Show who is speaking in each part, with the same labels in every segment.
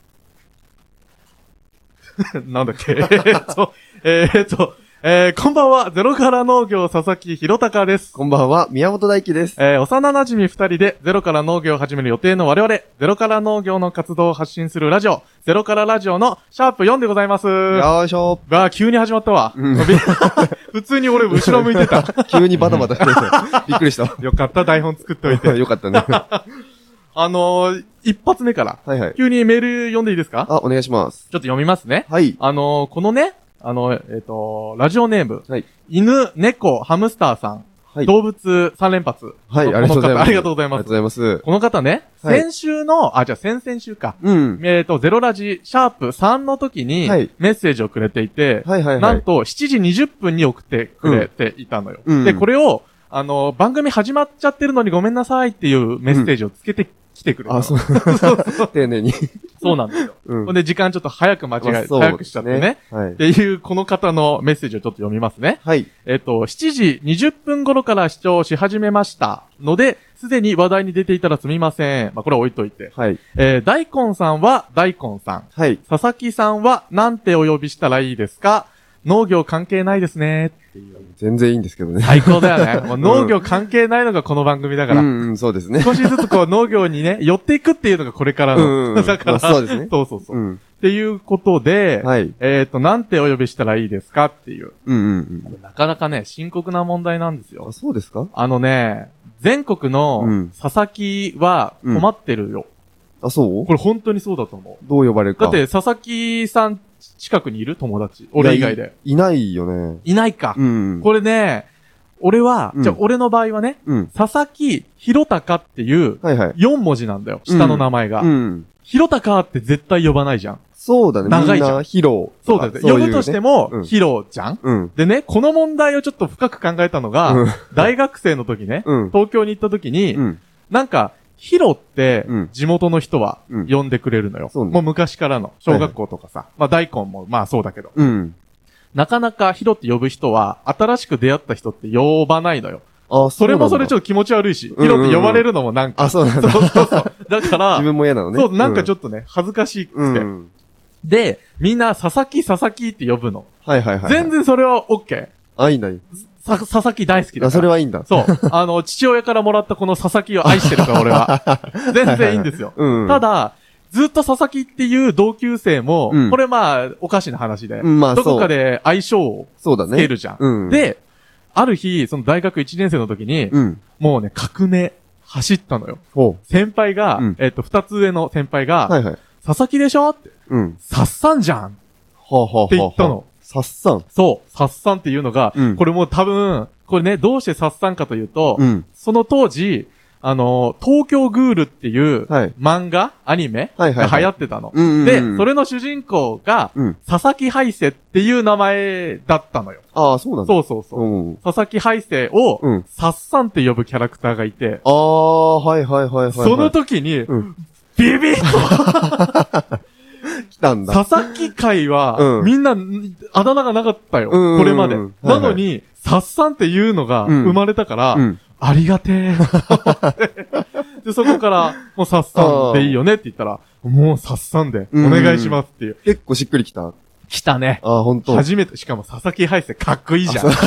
Speaker 1: なんだっけえーっと、えーっと、えーこんばんは、ゼロから農業佐々木弘隆です。
Speaker 2: こんばんは、宮本大輝です。
Speaker 1: えー幼馴染二人でゼロから農業を始める予定の我々、ゼロから農業の活動を発信するラジオ、ゼロからラジオのシャープ4でございます。わ
Speaker 2: よいしょ。
Speaker 1: あ、急に始まったわ。
Speaker 2: うん
Speaker 1: 普通に俺後ろ向いてた。
Speaker 2: 急にバタバタして、びっくりした。
Speaker 1: よかった、台本作っといて。
Speaker 2: よかったね。は
Speaker 1: あのー、一発目から、
Speaker 2: いはい。
Speaker 1: 急にメール読んでいいですかちょ
Speaker 2: あ、お願いします。
Speaker 1: っと読みますね。
Speaker 2: はい。
Speaker 1: あのー、このね、あの、えっ、と、ラジオネーム、
Speaker 2: はい。
Speaker 1: 犬、猫、ハムスターさん、
Speaker 2: はい。
Speaker 1: 動物3連発。
Speaker 2: はい、
Speaker 1: こ
Speaker 2: ありがとうございます。
Speaker 1: この方ありがとうございます
Speaker 2: ありがとうございます。
Speaker 1: この方ね、
Speaker 2: はい
Speaker 1: 先週の、あ、じゃあ先々週か。
Speaker 2: うん。
Speaker 1: えっ、と、ゼロラジ、シャープ3の時に
Speaker 2: はい、
Speaker 1: メッセージをくれていて、
Speaker 2: はいはいは
Speaker 1: なん
Speaker 2: い。
Speaker 1: と7時20分に送ってくれていたのよ。
Speaker 2: うん
Speaker 1: で、これを、あのー、番組始まっちゃってるのにごめんなさいっていうメッセージをつけてきてくれたの、
Speaker 2: あ、そう。丁寧に。
Speaker 1: そうなんですよ。
Speaker 2: うん
Speaker 1: ほんで、時間ちょっと早く間違え、
Speaker 2: まあそう
Speaker 1: 早くしちゃってね。
Speaker 2: はい
Speaker 1: っ。ていう、この方のメッセージをちょっと読みますね。
Speaker 2: はい。
Speaker 1: えっと、7時20分頃から視聴し始めました。ので、すでに話題に出ていたらすみません。まあ、これは置いといて。
Speaker 2: はい。
Speaker 1: えー、大根さんは大根さん。
Speaker 2: はい。
Speaker 1: 佐々木さんはなんてお呼びしたらいいですか農業関係ないですね。
Speaker 2: 全然いいんですけどね。
Speaker 1: 最高だよね。 もう農業関係ないのがこの番組だか
Speaker 2: う
Speaker 1: ら。
Speaker 2: ん、うんそうですね。
Speaker 1: 少しずつこう農業にね、寄っていくっていうのがこれから
Speaker 2: うんう
Speaker 1: の。
Speaker 2: ん
Speaker 1: だから、
Speaker 2: まあそうですね
Speaker 1: そうそうそう
Speaker 2: う。ん。
Speaker 1: っていうことで、
Speaker 2: はい。
Speaker 1: えっ、と、なんてお呼びしたらいいですかっていう。
Speaker 2: うんうんうん。
Speaker 1: なかなかね、深刻な問題なんです
Speaker 2: あ、
Speaker 1: よ。
Speaker 2: そうですか
Speaker 1: あのね、全国の
Speaker 2: うん
Speaker 1: 佐々木は困ってるよ。
Speaker 2: あ、そう
Speaker 1: これ本当にそうだと思う。
Speaker 2: どう呼ばれるか。
Speaker 1: だって、佐々木さん近くにいる友達。俺以外で。
Speaker 2: いや。いいないよね。
Speaker 1: いないか。
Speaker 2: うん。
Speaker 1: これね、俺は、
Speaker 2: うん
Speaker 1: じゃあ俺の場合はね、
Speaker 2: うん。
Speaker 1: 佐々木弘隆っていう
Speaker 2: はいはい。
Speaker 1: 4文字なんだよ。下の名前が。
Speaker 2: うん。
Speaker 1: 弘隆って絶対呼ばないじゃん。
Speaker 2: そうだね。
Speaker 1: 長い
Speaker 2: みん
Speaker 1: じゃん
Speaker 2: な、披露。
Speaker 1: そうだよね。呼ぶとして
Speaker 2: も。
Speaker 1: も
Speaker 2: う、ん
Speaker 1: 弘ちゃん。
Speaker 2: うん。
Speaker 1: でね、この問題をちょっと深く考えたのが、
Speaker 2: うん
Speaker 1: 大学生の時ね、
Speaker 2: うん。
Speaker 1: 東京に行った時に、
Speaker 2: うん。
Speaker 1: なんか、ヒロって
Speaker 2: うん、
Speaker 1: 地元の人は
Speaker 2: うん
Speaker 1: 呼んでくれるのよ。
Speaker 2: そうね
Speaker 1: もう昔からの、小学校とかさ。まあ大根も、まあそうだけど。
Speaker 2: うん。
Speaker 1: なかなかヒロって呼ぶ人は、新しく出会った人って呼ばないのよ。
Speaker 2: あ、
Speaker 1: それもそれち
Speaker 2: ょ
Speaker 1: ょ
Speaker 2: っ
Speaker 1: っと気持ち悪いし、ヒ
Speaker 2: うんうんうん
Speaker 1: ロって呼ばれるのもなんか。
Speaker 2: あ、そうなんだ。
Speaker 1: そうそうそう。だから、
Speaker 2: 自分も嫌なのね。
Speaker 1: そう、なんかちょ
Speaker 2: っ
Speaker 1: っとね、恥ずかしくて。
Speaker 2: うん。うん
Speaker 1: で、みんな、佐々木、佐々木って呼ぶの。
Speaker 2: はいはいはい。
Speaker 1: 全。然それは OK。
Speaker 2: あ、いいんだ。
Speaker 1: さ、佐々木大好きだから。
Speaker 2: あ、それはいいんだ。
Speaker 1: そう。 あの、父親からもらったこの佐々木を愛してるから、俺は。 全然いいんですよ。
Speaker 2: うん。
Speaker 1: た、だ、ずっと佐々木っていう同級生も、
Speaker 2: うん
Speaker 1: これまあ、おかしな話で、
Speaker 2: うん、まあ、
Speaker 1: どこ
Speaker 2: そ
Speaker 1: か
Speaker 2: う。
Speaker 1: で相性を
Speaker 2: そうだ
Speaker 1: つけ
Speaker 2: ね。
Speaker 1: るじゃん。
Speaker 2: うん。、
Speaker 1: で、ある日、その大学1年生の時に、
Speaker 2: うん。
Speaker 1: もうね、革命、走ったのよ。
Speaker 2: ほ
Speaker 1: 先輩が、
Speaker 2: うん
Speaker 1: えっ、と、二つ上の先輩が、
Speaker 2: う。はいはい。
Speaker 1: 佐々木でしょって、
Speaker 2: うん。
Speaker 1: さっさんじゃんっ
Speaker 2: はあ、はあはあ、
Speaker 1: て言った。の。
Speaker 2: さっさん。
Speaker 1: そう、さっさんっていうのが、
Speaker 2: うん
Speaker 1: これもう多分、これね、どうしてさっさんかというと、
Speaker 2: うん。
Speaker 1: その当時、あのー東京グールっていう、
Speaker 2: はい
Speaker 1: 漫画アニメ
Speaker 2: はいはいは
Speaker 1: が
Speaker 2: い
Speaker 1: 流行ってたの。
Speaker 2: うんうんうん
Speaker 1: で、それの主人公が、
Speaker 2: うん。
Speaker 1: 佐々木ハセっていう名前だったのよ。
Speaker 2: ああ、そうなんだ。
Speaker 1: そうそうそう。
Speaker 2: うん。
Speaker 1: 佐々木ハセを、
Speaker 2: うん
Speaker 1: サッサンって呼ぶキャラクターがいて、
Speaker 2: ああ、はいはいはいはいはい。
Speaker 1: その、時に、
Speaker 2: うん。
Speaker 1: ビビッと、
Speaker 2: 来たんだ。
Speaker 1: 佐々木会は、
Speaker 2: うん
Speaker 1: みんな、あだ名がなかったよ。
Speaker 2: うんうんうん
Speaker 1: これまで。
Speaker 2: はいは
Speaker 1: な
Speaker 2: い
Speaker 1: のに、サッサンっていうのが
Speaker 2: うん
Speaker 1: 生まれたから、
Speaker 2: うん。
Speaker 1: ありがてえ。 で、そこから、もうさっさんでいいよねって言ったら、もうさっさんで、お願いしますっていう。
Speaker 2: 結構しっくりきた。
Speaker 1: 来たね。
Speaker 2: ああ、ほんと。
Speaker 1: 初めて、しかも佐々木ハイセかっこいいじゃん。そ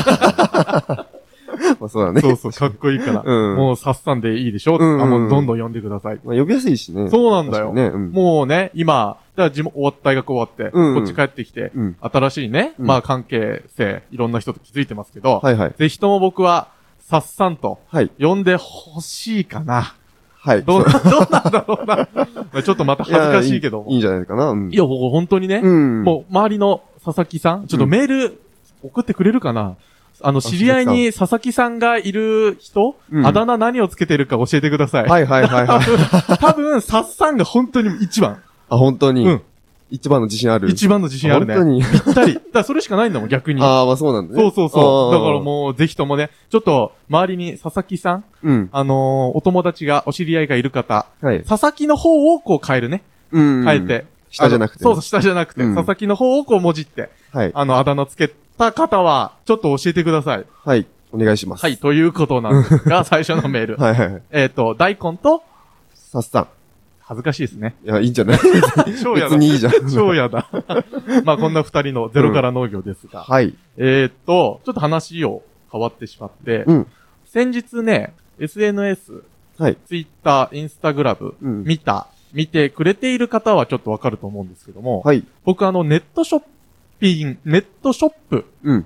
Speaker 2: まあそうだね。
Speaker 1: うそう、かっこいいから。
Speaker 2: うん
Speaker 1: もうさっさんでいいでしょ、
Speaker 2: うんうんうん
Speaker 1: あもうどんどん呼んでください。
Speaker 2: まあ呼びやすいしね。
Speaker 1: そうなんだよ
Speaker 2: 確かにね。うん。
Speaker 1: もうね、今、だから地元終わっ大学終わって、
Speaker 2: うんう
Speaker 1: こ
Speaker 2: ん
Speaker 1: っち帰ってきて、
Speaker 2: うん。
Speaker 1: 新しいね、
Speaker 2: うん
Speaker 1: まあ関係性、いろんな人と気づいてますけど、
Speaker 2: はいはい。
Speaker 1: ぜひとも僕は、さっさんと
Speaker 2: はい。
Speaker 1: 呼んでほしいかな。
Speaker 2: はい。
Speaker 1: どうな、どうなんだろうな。まあちょっとまた恥ずかしいけども。
Speaker 2: やいいいいんじゃないかな。うん
Speaker 1: い。や、もう本当にね、
Speaker 2: うん。
Speaker 1: もう周りの佐々木さん、ちょっとメール送ってくれるかなあの、知り合いに佐々木さんがいる人、
Speaker 2: うん
Speaker 1: あだ名何をつけてるか教えてください。
Speaker 2: はいはいはい
Speaker 1: 多
Speaker 2: はい。
Speaker 1: 分、 多分、さっさんが本当に一番。
Speaker 2: あ、本当に。
Speaker 1: うん
Speaker 2: 一番の自信ある。
Speaker 1: 一番の自信あるね。
Speaker 2: 本当に。
Speaker 1: ぴったり。だからそれしかないんだもん、逆に。
Speaker 2: ああ、まあそうなんだね。
Speaker 1: そうそうそう。だ
Speaker 2: あー
Speaker 1: からもう、ぜひともね、ちょっと、周りに佐々木さん、
Speaker 2: うん。
Speaker 1: あのーお友達が、お知り合いがいる方、
Speaker 2: はい。
Speaker 1: 佐々木の方をこう変えるね。
Speaker 2: うん
Speaker 1: 変えて。。
Speaker 2: 下じゃなくてね。
Speaker 1: あのそうそう、下じゃなくて、
Speaker 2: うん
Speaker 1: 佐々木の方をこうもじって、
Speaker 2: はい。
Speaker 1: あの、あだ名つけた方は、ちょっと教えてください。
Speaker 2: はい。お願いします。
Speaker 1: はい、。 ということなんですが、最初のメール。
Speaker 2: はいはいはい。
Speaker 1: えっと、大根と、
Speaker 2: さっさん。
Speaker 1: 恥ずかしいですね。
Speaker 2: いや、いいんじゃない
Speaker 1: 超や
Speaker 2: 別
Speaker 1: だ。
Speaker 2: にいいじゃん。
Speaker 1: 超やだ。 まあこんな二人のゼロから農業ですが。
Speaker 2: はい。
Speaker 1: えー、っと、ちょっと話を変わってしまって、
Speaker 2: うん
Speaker 1: 先日ね、SNS、
Speaker 2: はい。
Speaker 1: Twitter、Instagram、
Speaker 2: うん
Speaker 1: 見た、見てくれている方はちょっとわかると思うんですけども、
Speaker 2: はい。
Speaker 1: 僕あのネットショッピング、ネットショップ
Speaker 2: うん。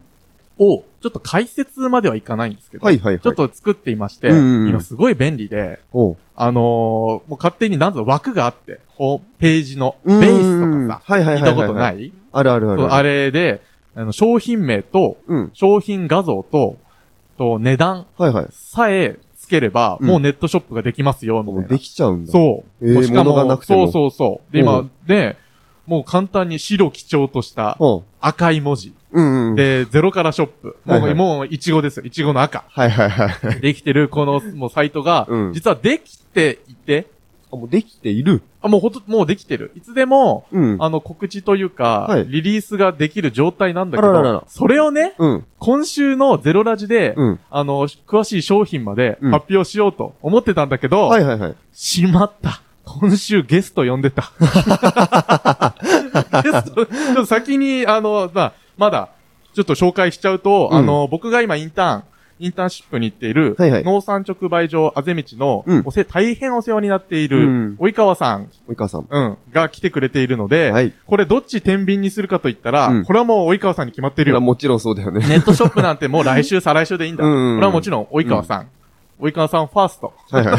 Speaker 1: を、ちょっと解説まではいかないんですけど、
Speaker 2: はいはいはい。
Speaker 1: ちょっ。と作っていまして、
Speaker 2: うんうんうん
Speaker 1: 今すごい便利で、
Speaker 2: おう。
Speaker 1: あのーもう勝手になんぞ枠があって、ホームページのベ
Speaker 2: うん
Speaker 1: ースとかさ、
Speaker 2: はいは
Speaker 1: 見
Speaker 2: いはいはい。。
Speaker 1: たことないい
Speaker 2: あるある
Speaker 1: そ
Speaker 2: あ
Speaker 1: う
Speaker 2: る。
Speaker 1: あ
Speaker 2: れ。
Speaker 1: れで、あの商品名と、
Speaker 2: うん。
Speaker 1: 商品画像と、と値段
Speaker 2: はいはい。
Speaker 1: さえつければ、
Speaker 2: うん
Speaker 1: もうネットショップができますよ、み
Speaker 2: もう
Speaker 1: たい
Speaker 2: で
Speaker 1: な。
Speaker 2: きちゃうんだ。う。
Speaker 1: そう。
Speaker 2: えー
Speaker 1: もうしかも
Speaker 2: 物がなくても
Speaker 1: そうそうそう。で、
Speaker 2: う
Speaker 1: 今、で、もう簡単に白基調とした
Speaker 2: おう。
Speaker 1: 赤い文字。
Speaker 2: うんうん。、
Speaker 1: で、ゼロからショップ。も
Speaker 2: はいは
Speaker 1: う、
Speaker 2: い
Speaker 1: もう、いちごですよ。いちごの赤。
Speaker 2: はいはいはい。
Speaker 1: できてる、この、もう、サイトが
Speaker 2: う、ん
Speaker 1: 実はできていて、
Speaker 2: あ、もうできている。
Speaker 1: あ、もうほんと、もうできてる。いつでも、
Speaker 2: うん。
Speaker 1: あの、告知というか
Speaker 2: は、い
Speaker 1: リリースができる状態なんだけ
Speaker 2: あららら
Speaker 1: ど
Speaker 2: ら、
Speaker 1: それをね、
Speaker 2: うん。
Speaker 1: 今週のゼロラジで、
Speaker 2: うん。
Speaker 1: あの、詳しい商品まで
Speaker 2: うん
Speaker 1: 発表しようと思ってたんだけど
Speaker 2: は、いはいはい。
Speaker 1: しまった。今週ゲスト呼んで た。ゲスト、ちょっと先に、あの、まあ、まだ、ちょっと紹介しちゃうと、
Speaker 2: うん
Speaker 1: あの、僕が今インターン、インターンシップに行っている、
Speaker 2: はいはい
Speaker 1: 農産直売所あぜ道の、
Speaker 2: うん
Speaker 1: おせ、大変お世話になっていうる
Speaker 2: ん、
Speaker 1: 及川さん、
Speaker 2: 及川さん。
Speaker 1: うん、が来てくれているので、
Speaker 2: はい。
Speaker 1: これどっち天秤にするかと言ったら、
Speaker 2: うん
Speaker 1: これはもう及川さんに決まってる
Speaker 2: いや
Speaker 1: よ。
Speaker 2: もちろんそうだよね。
Speaker 1: ネットショップなんてもう来週、再来週でいいんだ。
Speaker 2: うんうんうん
Speaker 1: これはもちろん及川さん。及川さんファースト。
Speaker 2: はいはい。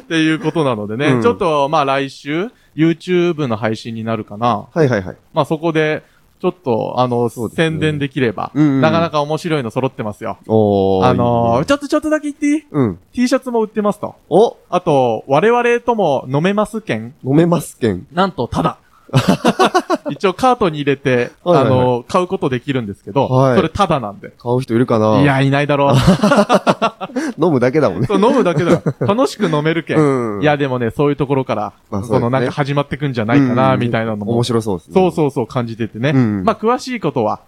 Speaker 1: っていうことなのでね、
Speaker 2: うん
Speaker 1: ちょっと、まあ来週、YouTube の配信になるかな。
Speaker 2: はいはいはい。
Speaker 1: まあそこで、ちょっと、あの、
Speaker 2: そうですね
Speaker 1: 宣伝できれば、
Speaker 2: うんうん
Speaker 1: なかなか面白いの揃ってますよ。
Speaker 2: おー。
Speaker 1: あのー
Speaker 2: いいね
Speaker 1: ちょっとちょっとだけ言っていい
Speaker 2: うん。
Speaker 1: ?T シャツも売ってますと。
Speaker 2: お
Speaker 1: あと、我々とも飲めます券
Speaker 2: 飲めますけん。
Speaker 1: なんと、 ただ。一応カートに入れて、
Speaker 2: はいはいはい
Speaker 1: あのー買うことできるんですけど、
Speaker 2: はい
Speaker 1: それただなんで。、
Speaker 2: 買う人いるかない
Speaker 1: や、いないだろう。
Speaker 2: 飲むだけだもんね。
Speaker 1: そう飲むだけだよ。楽しく飲めるけん。
Speaker 2: うん
Speaker 1: いや、でもね、そういうところから、
Speaker 2: まあそうですね
Speaker 1: そのなんか始まってくんじゃないかな、
Speaker 2: うん
Speaker 1: みたいなのも
Speaker 2: 面白そうですね。
Speaker 1: そうそうそう感じててね。
Speaker 2: うん
Speaker 1: まあ、詳しいことは、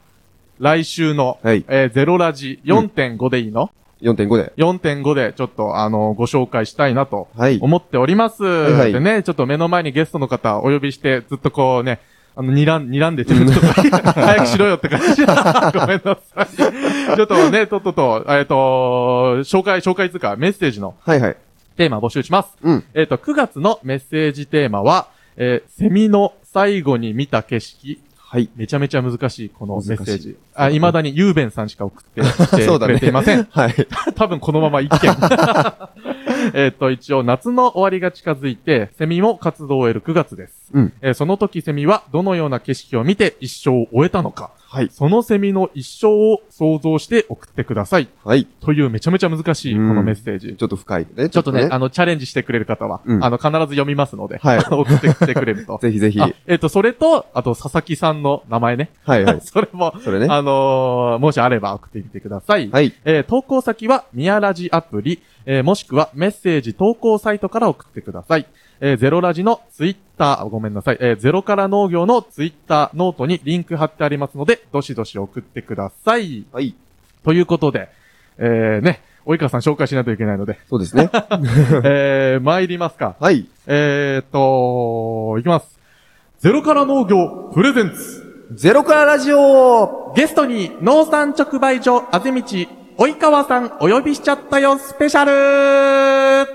Speaker 1: 来週の、
Speaker 2: はい
Speaker 1: えーゼロラジ4.5でいいの、
Speaker 2: 4.5で。
Speaker 1: ?4.5 でちょっと、あのご紹介したいなと
Speaker 2: はい。
Speaker 1: 思っております。
Speaker 2: いはい
Speaker 1: でね、ちょっと目の前にゲストの方お呼びして、ずっとこうね、あの、睨ん、睨んでて、ちょっと 早くしろよって感じ。 ごめんなさい。ちょっとね、とっとと、えっ、と、紹介、紹介つうか、メッセージの
Speaker 2: はいはい。
Speaker 1: テーマ募集します。
Speaker 2: うん。
Speaker 1: えっ、と、9月のメッセージテーマは、えーセミの最後に見た景色。
Speaker 2: はい。
Speaker 1: めちゃめちゃ難しい、このメッセー
Speaker 2: 難し
Speaker 1: ジ。あ、未だにゆうべんさんしか 送ってきて
Speaker 2: そうだ
Speaker 1: く
Speaker 2: ね。
Speaker 1: れていません。
Speaker 2: はい。
Speaker 1: 多分このまま一 件。えっと、一応、夏の終わりが近づいて、セミも活動を終える9月です。
Speaker 2: うん。
Speaker 1: えーその時セミはどのような景色を見て一生を終えたのか、
Speaker 2: はい。
Speaker 1: そのセミの一生を想像して送ってください。
Speaker 2: はい。
Speaker 1: というめちゃめちゃ難しい、このメッセージ。
Speaker 2: ちょっと深いね。
Speaker 1: ちょっとね、あの、チャレンジしてくれる方は、
Speaker 2: うん
Speaker 1: あの、必ず読みますので、
Speaker 2: はい
Speaker 1: 送ってきてくれると。
Speaker 2: ぜひぜひ。
Speaker 1: あ
Speaker 2: は
Speaker 1: えっ、と、それと、あと、佐々木さんの名前ね。
Speaker 2: いはい。
Speaker 1: それも、
Speaker 2: それね。
Speaker 1: あのーもしあれば送ってみてください。
Speaker 2: はい。
Speaker 1: えー投稿先は、ミヤラジアプリ、えーもしくはメッセージ投稿サイトから送ってください。えーゼロラジのツイッター、あごめんなさい、えーゼロから農業のツイッター、ノートにリンク貼ってありますので、どしどし送ってください。
Speaker 2: はい。
Speaker 1: ということで、えー、ね、及川さん紹介しないといけない ので、
Speaker 2: そうですね。
Speaker 1: えー、参りますか。
Speaker 2: はい。
Speaker 1: えーっと、いきます。ゼロから農業プレゼンツ。
Speaker 2: ゼロからラジオ
Speaker 1: ゲストに農産直売所あぜ道、及川さんお呼びしちゃったよスペシャル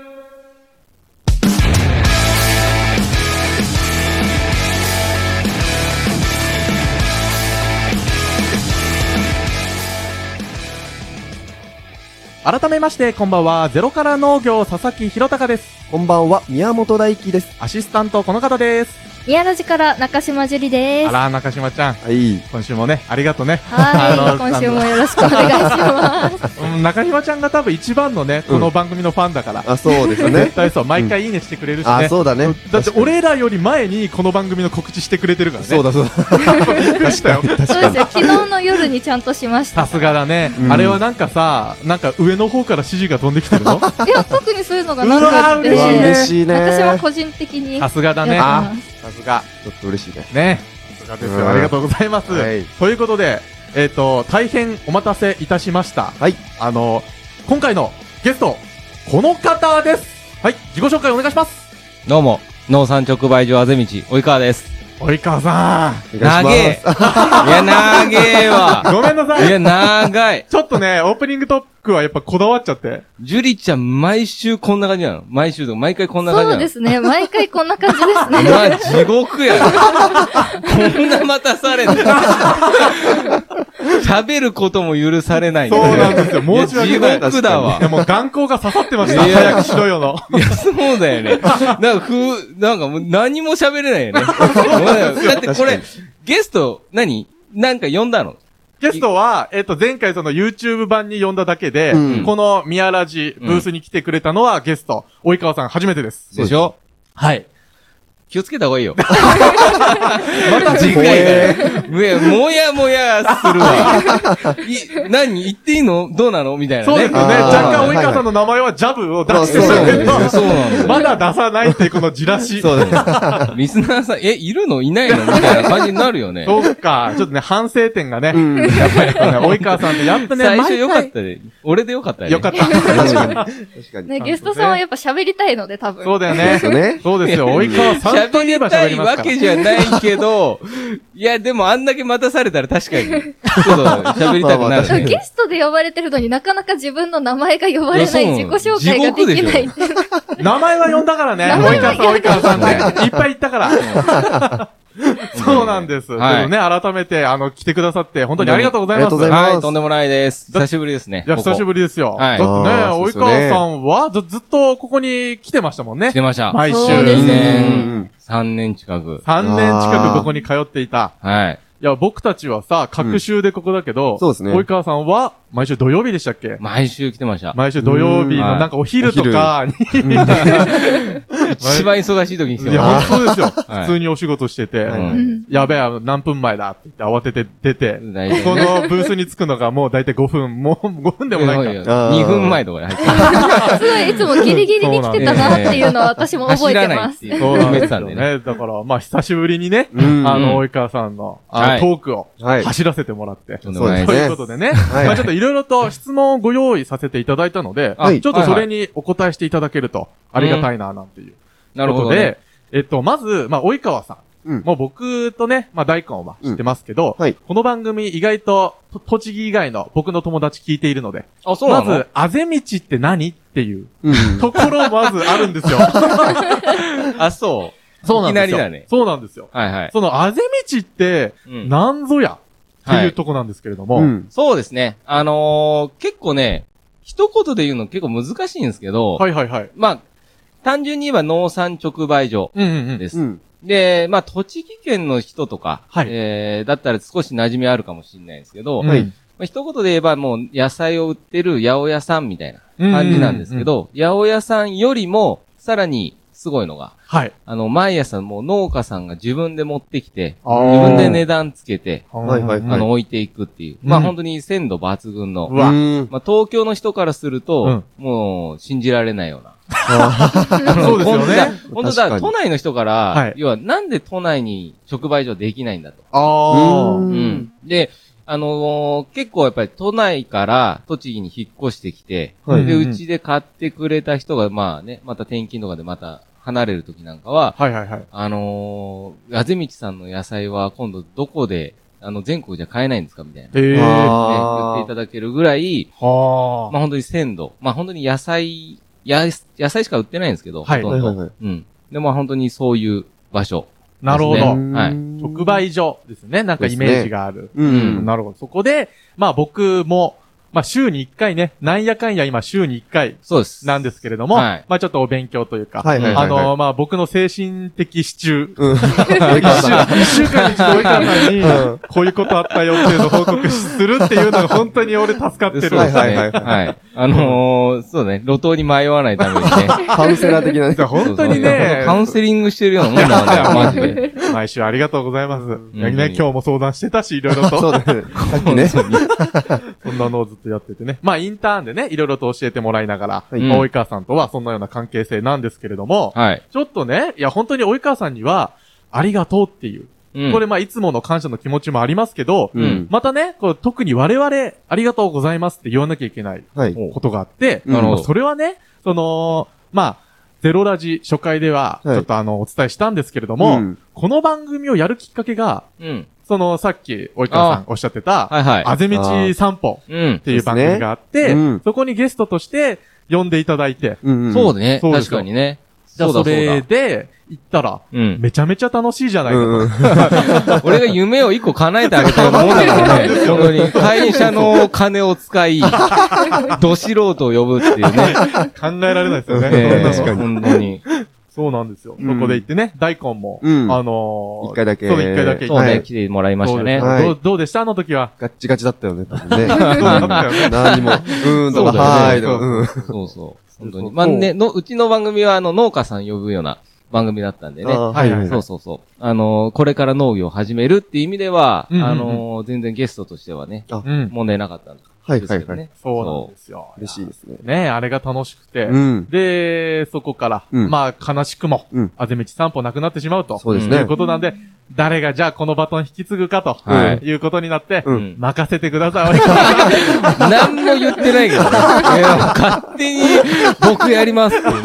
Speaker 1: 改めまして、こんばんは。ゼロから農業、佐々木弘隆です。
Speaker 2: こんばんは、宮本大輝です。
Speaker 1: アシスタント、この方です。
Speaker 3: 宮ラジから中島樹里です。
Speaker 1: あら、中島ちゃん。
Speaker 2: はい。
Speaker 1: 今週もね、ありがとうね。
Speaker 3: は
Speaker 1: あの
Speaker 3: い、今週もよろしくお願いします。
Speaker 1: うん中島ちゃんが多分一番のね、この番組のファンだから。
Speaker 2: あ、そうです ね
Speaker 1: 絶。対そう、毎回いいねしてくれるしね。
Speaker 2: あ、そうだね。
Speaker 1: だって俺らより前にこの番組の告知してくれてるからね。
Speaker 2: そうだそうだ。
Speaker 1: びっくりしたよ。
Speaker 3: そうですよ、昨日の夜にちゃんとしました。
Speaker 1: さすがだね、
Speaker 2: うん
Speaker 1: あれはなんかさ、なんか上の方から指示が飛んできてるの
Speaker 3: いや、特にそういうのがなくて、
Speaker 1: うわー
Speaker 2: 嬉しいね。
Speaker 3: 私は個人的に。
Speaker 1: さすがだね。
Speaker 3: やっ
Speaker 1: あ
Speaker 3: てます
Speaker 1: さすが。
Speaker 2: ちょっと嬉しいね。
Speaker 1: ね。さすがです
Speaker 2: う
Speaker 1: よ。
Speaker 2: ん
Speaker 1: ありがとうございます。
Speaker 2: はい
Speaker 1: ということで、えっ、と、大変お待たせいたしました。
Speaker 2: はい。
Speaker 1: あの、今回のゲスト、この方です。はい、自己紹介お願いします。
Speaker 4: どうも、農産直売所あぜ道、及川です。
Speaker 1: 及川さ
Speaker 2: お願いし
Speaker 4: 長
Speaker 2: ます
Speaker 4: え。いや、長え
Speaker 1: ん。
Speaker 4: わ。
Speaker 1: ごめんないさ
Speaker 4: や、
Speaker 1: い。
Speaker 4: 長い。
Speaker 1: ちょっとね、オープニングトークはやっぱこだわっちゃって。
Speaker 4: ジュリちゃん、毎週こんな感じなの毎週とか、毎回こんな感じな
Speaker 3: そ
Speaker 4: の
Speaker 3: うですね。毎回こんな感じですね。
Speaker 4: まあ、地獄やな。こんな待たされんの。喋ることも許されない
Speaker 1: そうなんですよ。申し訳ない。
Speaker 4: いや地獄だわ
Speaker 1: いや、もう眼光が刺さってました。
Speaker 4: いや
Speaker 1: 早くしろよの。
Speaker 4: いや、そうだよね。なんか、ふ、なんかもう何も喋れないよね。だってこれ、ゲスト、何なんか呼んだの
Speaker 1: ゲストは、えっと、前回その YouTube 版に呼んだだけで
Speaker 2: う、ん
Speaker 1: このミヤラジブースに来てくれたのはゲスト、及川さん初めてです。
Speaker 4: でしょはい。気をつけた方がい いよ。また
Speaker 2: 次
Speaker 4: 次
Speaker 2: 回
Speaker 4: 回 もや、もやもやす るわ。い、何言っていいのどうなのみたいなね。
Speaker 1: そうですよね。
Speaker 2: あー
Speaker 1: 若干及川さんの名前はジャブを出して
Speaker 2: そ
Speaker 1: る
Speaker 2: うなん
Speaker 1: け
Speaker 2: で
Speaker 1: ど
Speaker 2: すよ、
Speaker 4: そうなんですよ
Speaker 1: まだ出さないっていうこのじらし。
Speaker 4: そうだね。リスナーさん、え、いるのいないのみたいな感じになるよね。
Speaker 1: そうか。ちょっとね、反省点がね、
Speaker 2: ん
Speaker 1: やっぱりこうね、及川さんってやっとね、
Speaker 4: 最初良かっ
Speaker 1: 毎
Speaker 4: たで。俺で良かった
Speaker 1: 回
Speaker 4: ね。
Speaker 1: よかっ。
Speaker 4: った
Speaker 2: 確かに。確かに。
Speaker 3: ね、ゲストさんはやっぱ喋りたいので、多分。
Speaker 1: そうだよ
Speaker 2: ですよ
Speaker 1: ね。
Speaker 2: ね。
Speaker 1: そうですよ。及川さんと
Speaker 4: 喋
Speaker 1: いえ
Speaker 4: り
Speaker 1: ば
Speaker 4: た
Speaker 1: 喋
Speaker 4: い
Speaker 1: ります
Speaker 4: わ
Speaker 1: から
Speaker 4: け。じゃないけど、いや、でもあんだけ待たされたら確かに、ちょっと喋りたくな
Speaker 2: まあまあ確か
Speaker 4: る
Speaker 2: に
Speaker 4: ね。
Speaker 3: ゲストで呼ばれてるのになかなか自分の名前が呼ばれない
Speaker 4: いや
Speaker 3: 自己
Speaker 4: そう
Speaker 3: 紹介ができないっていう
Speaker 1: 名前は呼んだからね。
Speaker 3: 名
Speaker 1: 及
Speaker 3: 前
Speaker 1: 川
Speaker 3: は
Speaker 1: さん、及川さん
Speaker 4: 呼んだ
Speaker 1: って。いっぱい言ったから。そうなんです。
Speaker 4: はい
Speaker 1: でもね、改めて、あの、来てくださって、本当にありがとうございます。
Speaker 2: ありがとうございます
Speaker 4: はい、とんでもないです。久しぶりですね。
Speaker 1: いや、久し
Speaker 4: り。
Speaker 1: ぶりですよ。
Speaker 4: は
Speaker 1: だっ
Speaker 4: い
Speaker 1: てね、
Speaker 2: あーそ
Speaker 1: 及
Speaker 2: うですよ
Speaker 1: 川
Speaker 2: ね
Speaker 1: さんはず、ずっとここに来てましたもんね
Speaker 4: 来。てました。
Speaker 1: 毎週。
Speaker 3: そうですね
Speaker 2: うんうん
Speaker 4: 3年近く。
Speaker 1: 3年近くここに通っていた。
Speaker 4: はい。
Speaker 1: いや、僕たちはさ、各週でここだけど、
Speaker 2: んそうですね
Speaker 1: 及川さんは、毎週土曜日でしたっけ
Speaker 4: 毎週来てました。
Speaker 1: 毎週土曜日
Speaker 4: うんは
Speaker 1: の
Speaker 4: い
Speaker 1: なんかお昼とかに、
Speaker 4: 一番忙しい時に来て
Speaker 1: い
Speaker 4: まし
Speaker 1: や、
Speaker 4: た。
Speaker 1: 本当ですよ。
Speaker 4: はい
Speaker 1: 普通にお仕事してて、
Speaker 4: う
Speaker 2: 当
Speaker 4: ん
Speaker 3: うん。
Speaker 1: やべえ、あの何分前だって言って慌てて出て、
Speaker 4: 大体
Speaker 1: このブースに着くのがもう大体5分、もう5分で もないか。
Speaker 2: あー
Speaker 4: 2分前とかで入ってます
Speaker 3: すごい、いつもギリギリに来てたなっていうのは私も覚えて
Speaker 4: 走らない
Speaker 3: ま
Speaker 4: っ
Speaker 3: す
Speaker 4: て。いう。
Speaker 1: そう
Speaker 4: 決
Speaker 1: なん
Speaker 4: め
Speaker 1: で
Speaker 4: て
Speaker 1: す
Speaker 4: た
Speaker 1: よ
Speaker 4: んでね。
Speaker 1: ね。だから、まあ、久しぶりにね、
Speaker 2: うん
Speaker 1: あの、及川さんの、あ
Speaker 4: は
Speaker 1: の、
Speaker 4: い
Speaker 1: トークを
Speaker 2: はい。
Speaker 1: 走らせてもらって。
Speaker 4: とんでもない
Speaker 1: と
Speaker 2: ね
Speaker 4: です。
Speaker 1: いうことでね、
Speaker 2: い
Speaker 1: まあちょっといろいろと質問をご用意させていただいたので、
Speaker 4: あ
Speaker 1: ちょっとそれ
Speaker 4: はいはい
Speaker 1: にお答えしていただけるとありがたいな、なんていう。
Speaker 4: なるほど
Speaker 1: こと
Speaker 4: ね
Speaker 1: で。、えっと、まず、まあ、及川さん。
Speaker 2: うん
Speaker 1: もう僕とね、まあ、大根は知ってますけど、
Speaker 2: うんはい
Speaker 1: この番組意外と、と栃木以外の僕の友達聞いているので、
Speaker 4: あ、そうな
Speaker 1: ま
Speaker 4: の
Speaker 1: ず、あぜ道って何っていう
Speaker 2: うん。
Speaker 1: ところまずあるんですよ。
Speaker 4: あ、 そう。いきなりだね。
Speaker 1: そうなんですよ。
Speaker 4: はいはい。
Speaker 1: その、あぜ道って、
Speaker 4: うん
Speaker 1: なんぞやって
Speaker 4: はいいう
Speaker 1: とこなんですけれども、
Speaker 2: うん。
Speaker 4: そうですね。あのー、結構ね、一言で言うの結構難しいんですけど、
Speaker 1: はいはいはい。
Speaker 4: まあ、単純に言えば農産直売所
Speaker 1: うんうんうん。
Speaker 4: です。
Speaker 2: うん。
Speaker 4: で、まあ、栃木県の人とか、
Speaker 1: はい
Speaker 4: えー、だったら少し馴染みあるかもしれないですけ
Speaker 1: う
Speaker 4: ど、
Speaker 1: ん
Speaker 4: ま
Speaker 2: はい
Speaker 4: あ、一言で言えばもう野菜を売ってる八百屋さんみたいな感じなんですけど、八百屋さんよりも、さらにすごいのが、
Speaker 1: はい。
Speaker 4: あの、毎朝もう農家さんが自分で持ってきて、
Speaker 1: あー
Speaker 4: 自分で値段つけて、
Speaker 2: はいはい
Speaker 4: あの、置いていくっていう。
Speaker 1: うん
Speaker 4: まあ、本当に鮮度抜群の
Speaker 1: う。わ
Speaker 2: うん
Speaker 4: まあ、東京の人からすると、もう、信じられないような。
Speaker 1: そうですよね。
Speaker 4: 本当だ、
Speaker 2: 確かに
Speaker 4: 都内の人
Speaker 1: は
Speaker 4: か
Speaker 1: い
Speaker 4: ら、要は、なんで都内に直売所できないんだと。
Speaker 1: あ
Speaker 2: う
Speaker 1: ー
Speaker 2: ん
Speaker 4: うんで、あのー結構やっぱり都内から栃木に引っ越してきて、
Speaker 2: はい
Speaker 4: で、
Speaker 1: うんうん
Speaker 4: うちで買ってくれた人が、まあね、また転勤とかでまた離れる時なんかは、
Speaker 1: はいはいはい。
Speaker 4: あのー、あぜみちさんの野菜は今度どこで、あの、全国じゃ買えないんですかみたいな。
Speaker 1: ええ。は
Speaker 2: あー
Speaker 4: ね、言っていただけるぐらい、
Speaker 1: あ。
Speaker 4: まあ本当に鮮度。まあ本当に野菜、や野菜しか売ってないんですけど、
Speaker 1: はい
Speaker 4: ほ
Speaker 2: は
Speaker 4: と
Speaker 2: い
Speaker 4: んど。
Speaker 2: はいはい。
Speaker 4: うん。でも本当にそういう場所。
Speaker 1: なるほ
Speaker 4: です
Speaker 1: ど。
Speaker 4: ねはい
Speaker 1: 直。売所ですね。なんかイメージがある。
Speaker 2: う。
Speaker 4: うん
Speaker 1: なるほど。そこで、まあ僕も、まあ週に1回ね、なんやかんや今週に1回
Speaker 4: そうです。
Speaker 1: なんですけれども、
Speaker 4: はい
Speaker 1: まあちょっとお勉強というか、
Speaker 2: はいはいはい。
Speaker 1: あの、まあ僕の精神的支柱、
Speaker 2: うん。
Speaker 1: 一週一週間に一度いかさんに、こういうことあったよっていうのを報告するっていうのが本当に俺助かっ
Speaker 4: そう
Speaker 1: て
Speaker 4: です
Speaker 1: る。
Speaker 4: ね。
Speaker 2: はいはいはい
Speaker 4: はい。あのー、そうだね。路頭に迷わないためにね。
Speaker 2: カウンセラー的なね
Speaker 1: じゃあ本当に
Speaker 4: そうそう
Speaker 1: ね
Speaker 4: カ、ウンセリングしてるようなもんなんだ よ、マジで。
Speaker 1: 毎週ありがとうございます。いや
Speaker 4: うん
Speaker 1: ね、今日も相談してたし、いろいろと。
Speaker 2: そうだね。さっきね。
Speaker 1: そんなのをずっとやっててね。まあ、インターンでね、いろいろと教えてもらいながら、
Speaker 2: はい
Speaker 4: うん
Speaker 1: 及川さんとはそんなような関係性なんですけれども、
Speaker 4: はい。
Speaker 1: ちょっとね、いや、本当に及川さんには、ありがとうっていう。
Speaker 4: うん
Speaker 1: これ、まあ、いつもの感謝の気持ちもありますけど、
Speaker 2: うん。
Speaker 1: またね、こう特に我々、ありがとうございますって言わなきゃいけない
Speaker 2: はい。
Speaker 1: ことがあって、
Speaker 2: なるほど
Speaker 1: まあそれはね、その、まあ、ゼロラジ初回では、ち
Speaker 2: はい
Speaker 1: ょっとあの、お伝えしたんですけれども、
Speaker 2: うん
Speaker 1: この番組をやるきっかけが、
Speaker 4: うん。
Speaker 1: その、さっき、及川さんおっしゃってた、
Speaker 4: はいはい。
Speaker 1: あぜ道散歩
Speaker 4: うん
Speaker 1: っ。ていう番組があって、
Speaker 2: ですねうん
Speaker 1: そこにゲストとして呼んでいただいて、
Speaker 2: うんうん。
Speaker 4: そう
Speaker 2: だ。
Speaker 4: だね。
Speaker 1: そうで
Speaker 4: 確
Speaker 1: すよ
Speaker 4: かにね。
Speaker 1: じゃ
Speaker 4: そ
Speaker 1: あ
Speaker 4: う
Speaker 1: そ
Speaker 4: だそう
Speaker 1: れ
Speaker 4: だ。
Speaker 1: で行ったら、
Speaker 4: うん。
Speaker 1: めちゃめちゃ楽しいじゃないかと。
Speaker 2: うんうん。
Speaker 4: 俺が夢を一個叶えてあげたようなもんだから ね。本当に。会社の金を使い、ど素人を呼ぶっていうね。
Speaker 1: 考えられないですよね。
Speaker 4: え
Speaker 1: そんな
Speaker 4: ー
Speaker 1: の
Speaker 4: 本当に。
Speaker 1: そうなんですよ。
Speaker 2: うん
Speaker 1: そこで行ってね、大根も、
Speaker 2: うん
Speaker 1: あのー、
Speaker 2: 一回だけ
Speaker 1: そう、一回だけ
Speaker 4: そう
Speaker 1: 行っ
Speaker 4: ね、
Speaker 1: て
Speaker 4: 来てもらいまし
Speaker 1: そ
Speaker 4: た
Speaker 1: うで
Speaker 4: ね
Speaker 1: す。
Speaker 2: はい
Speaker 1: どうどうでしたあの時は。
Speaker 2: ガッチガチだったよね、多分ね。
Speaker 1: そうだったよね
Speaker 2: 何も。うーんと
Speaker 4: そ
Speaker 2: か、
Speaker 4: うだよね
Speaker 2: はーいとか、うん。
Speaker 4: そうそう。本当
Speaker 1: そ
Speaker 4: に。
Speaker 1: う
Speaker 4: まあね、の、うちの番組はあの、農家さん呼ぶような番組だったんでね。
Speaker 2: あー
Speaker 1: はいはい
Speaker 4: そうそうそう。あのー、これから農業を始めるっていう意味では、
Speaker 1: うんうんうん
Speaker 4: あのー、全然ゲストとしてはね、
Speaker 1: うん。
Speaker 4: 問題なかったんです
Speaker 2: はい
Speaker 4: け
Speaker 2: はい
Speaker 4: ど
Speaker 2: はい。
Speaker 4: ね。
Speaker 1: そうなんですよ。
Speaker 2: 嬉しいですね。
Speaker 1: ねあれが楽しくて。
Speaker 2: うん。
Speaker 1: で、そこから、
Speaker 2: うん
Speaker 1: まあ、悲しくも、
Speaker 2: うん
Speaker 1: あぜ道散歩なくなってしまうと。
Speaker 2: そうです
Speaker 1: とい
Speaker 2: ね
Speaker 1: う。ことなんで、誰がじゃあこのバトン引き継ぐかと、、
Speaker 4: はい
Speaker 1: うことになって、
Speaker 2: うん
Speaker 4: うん
Speaker 1: 任せてください、及川さん
Speaker 4: 何も言ってないけどね。い や勝手に僕やりますっていう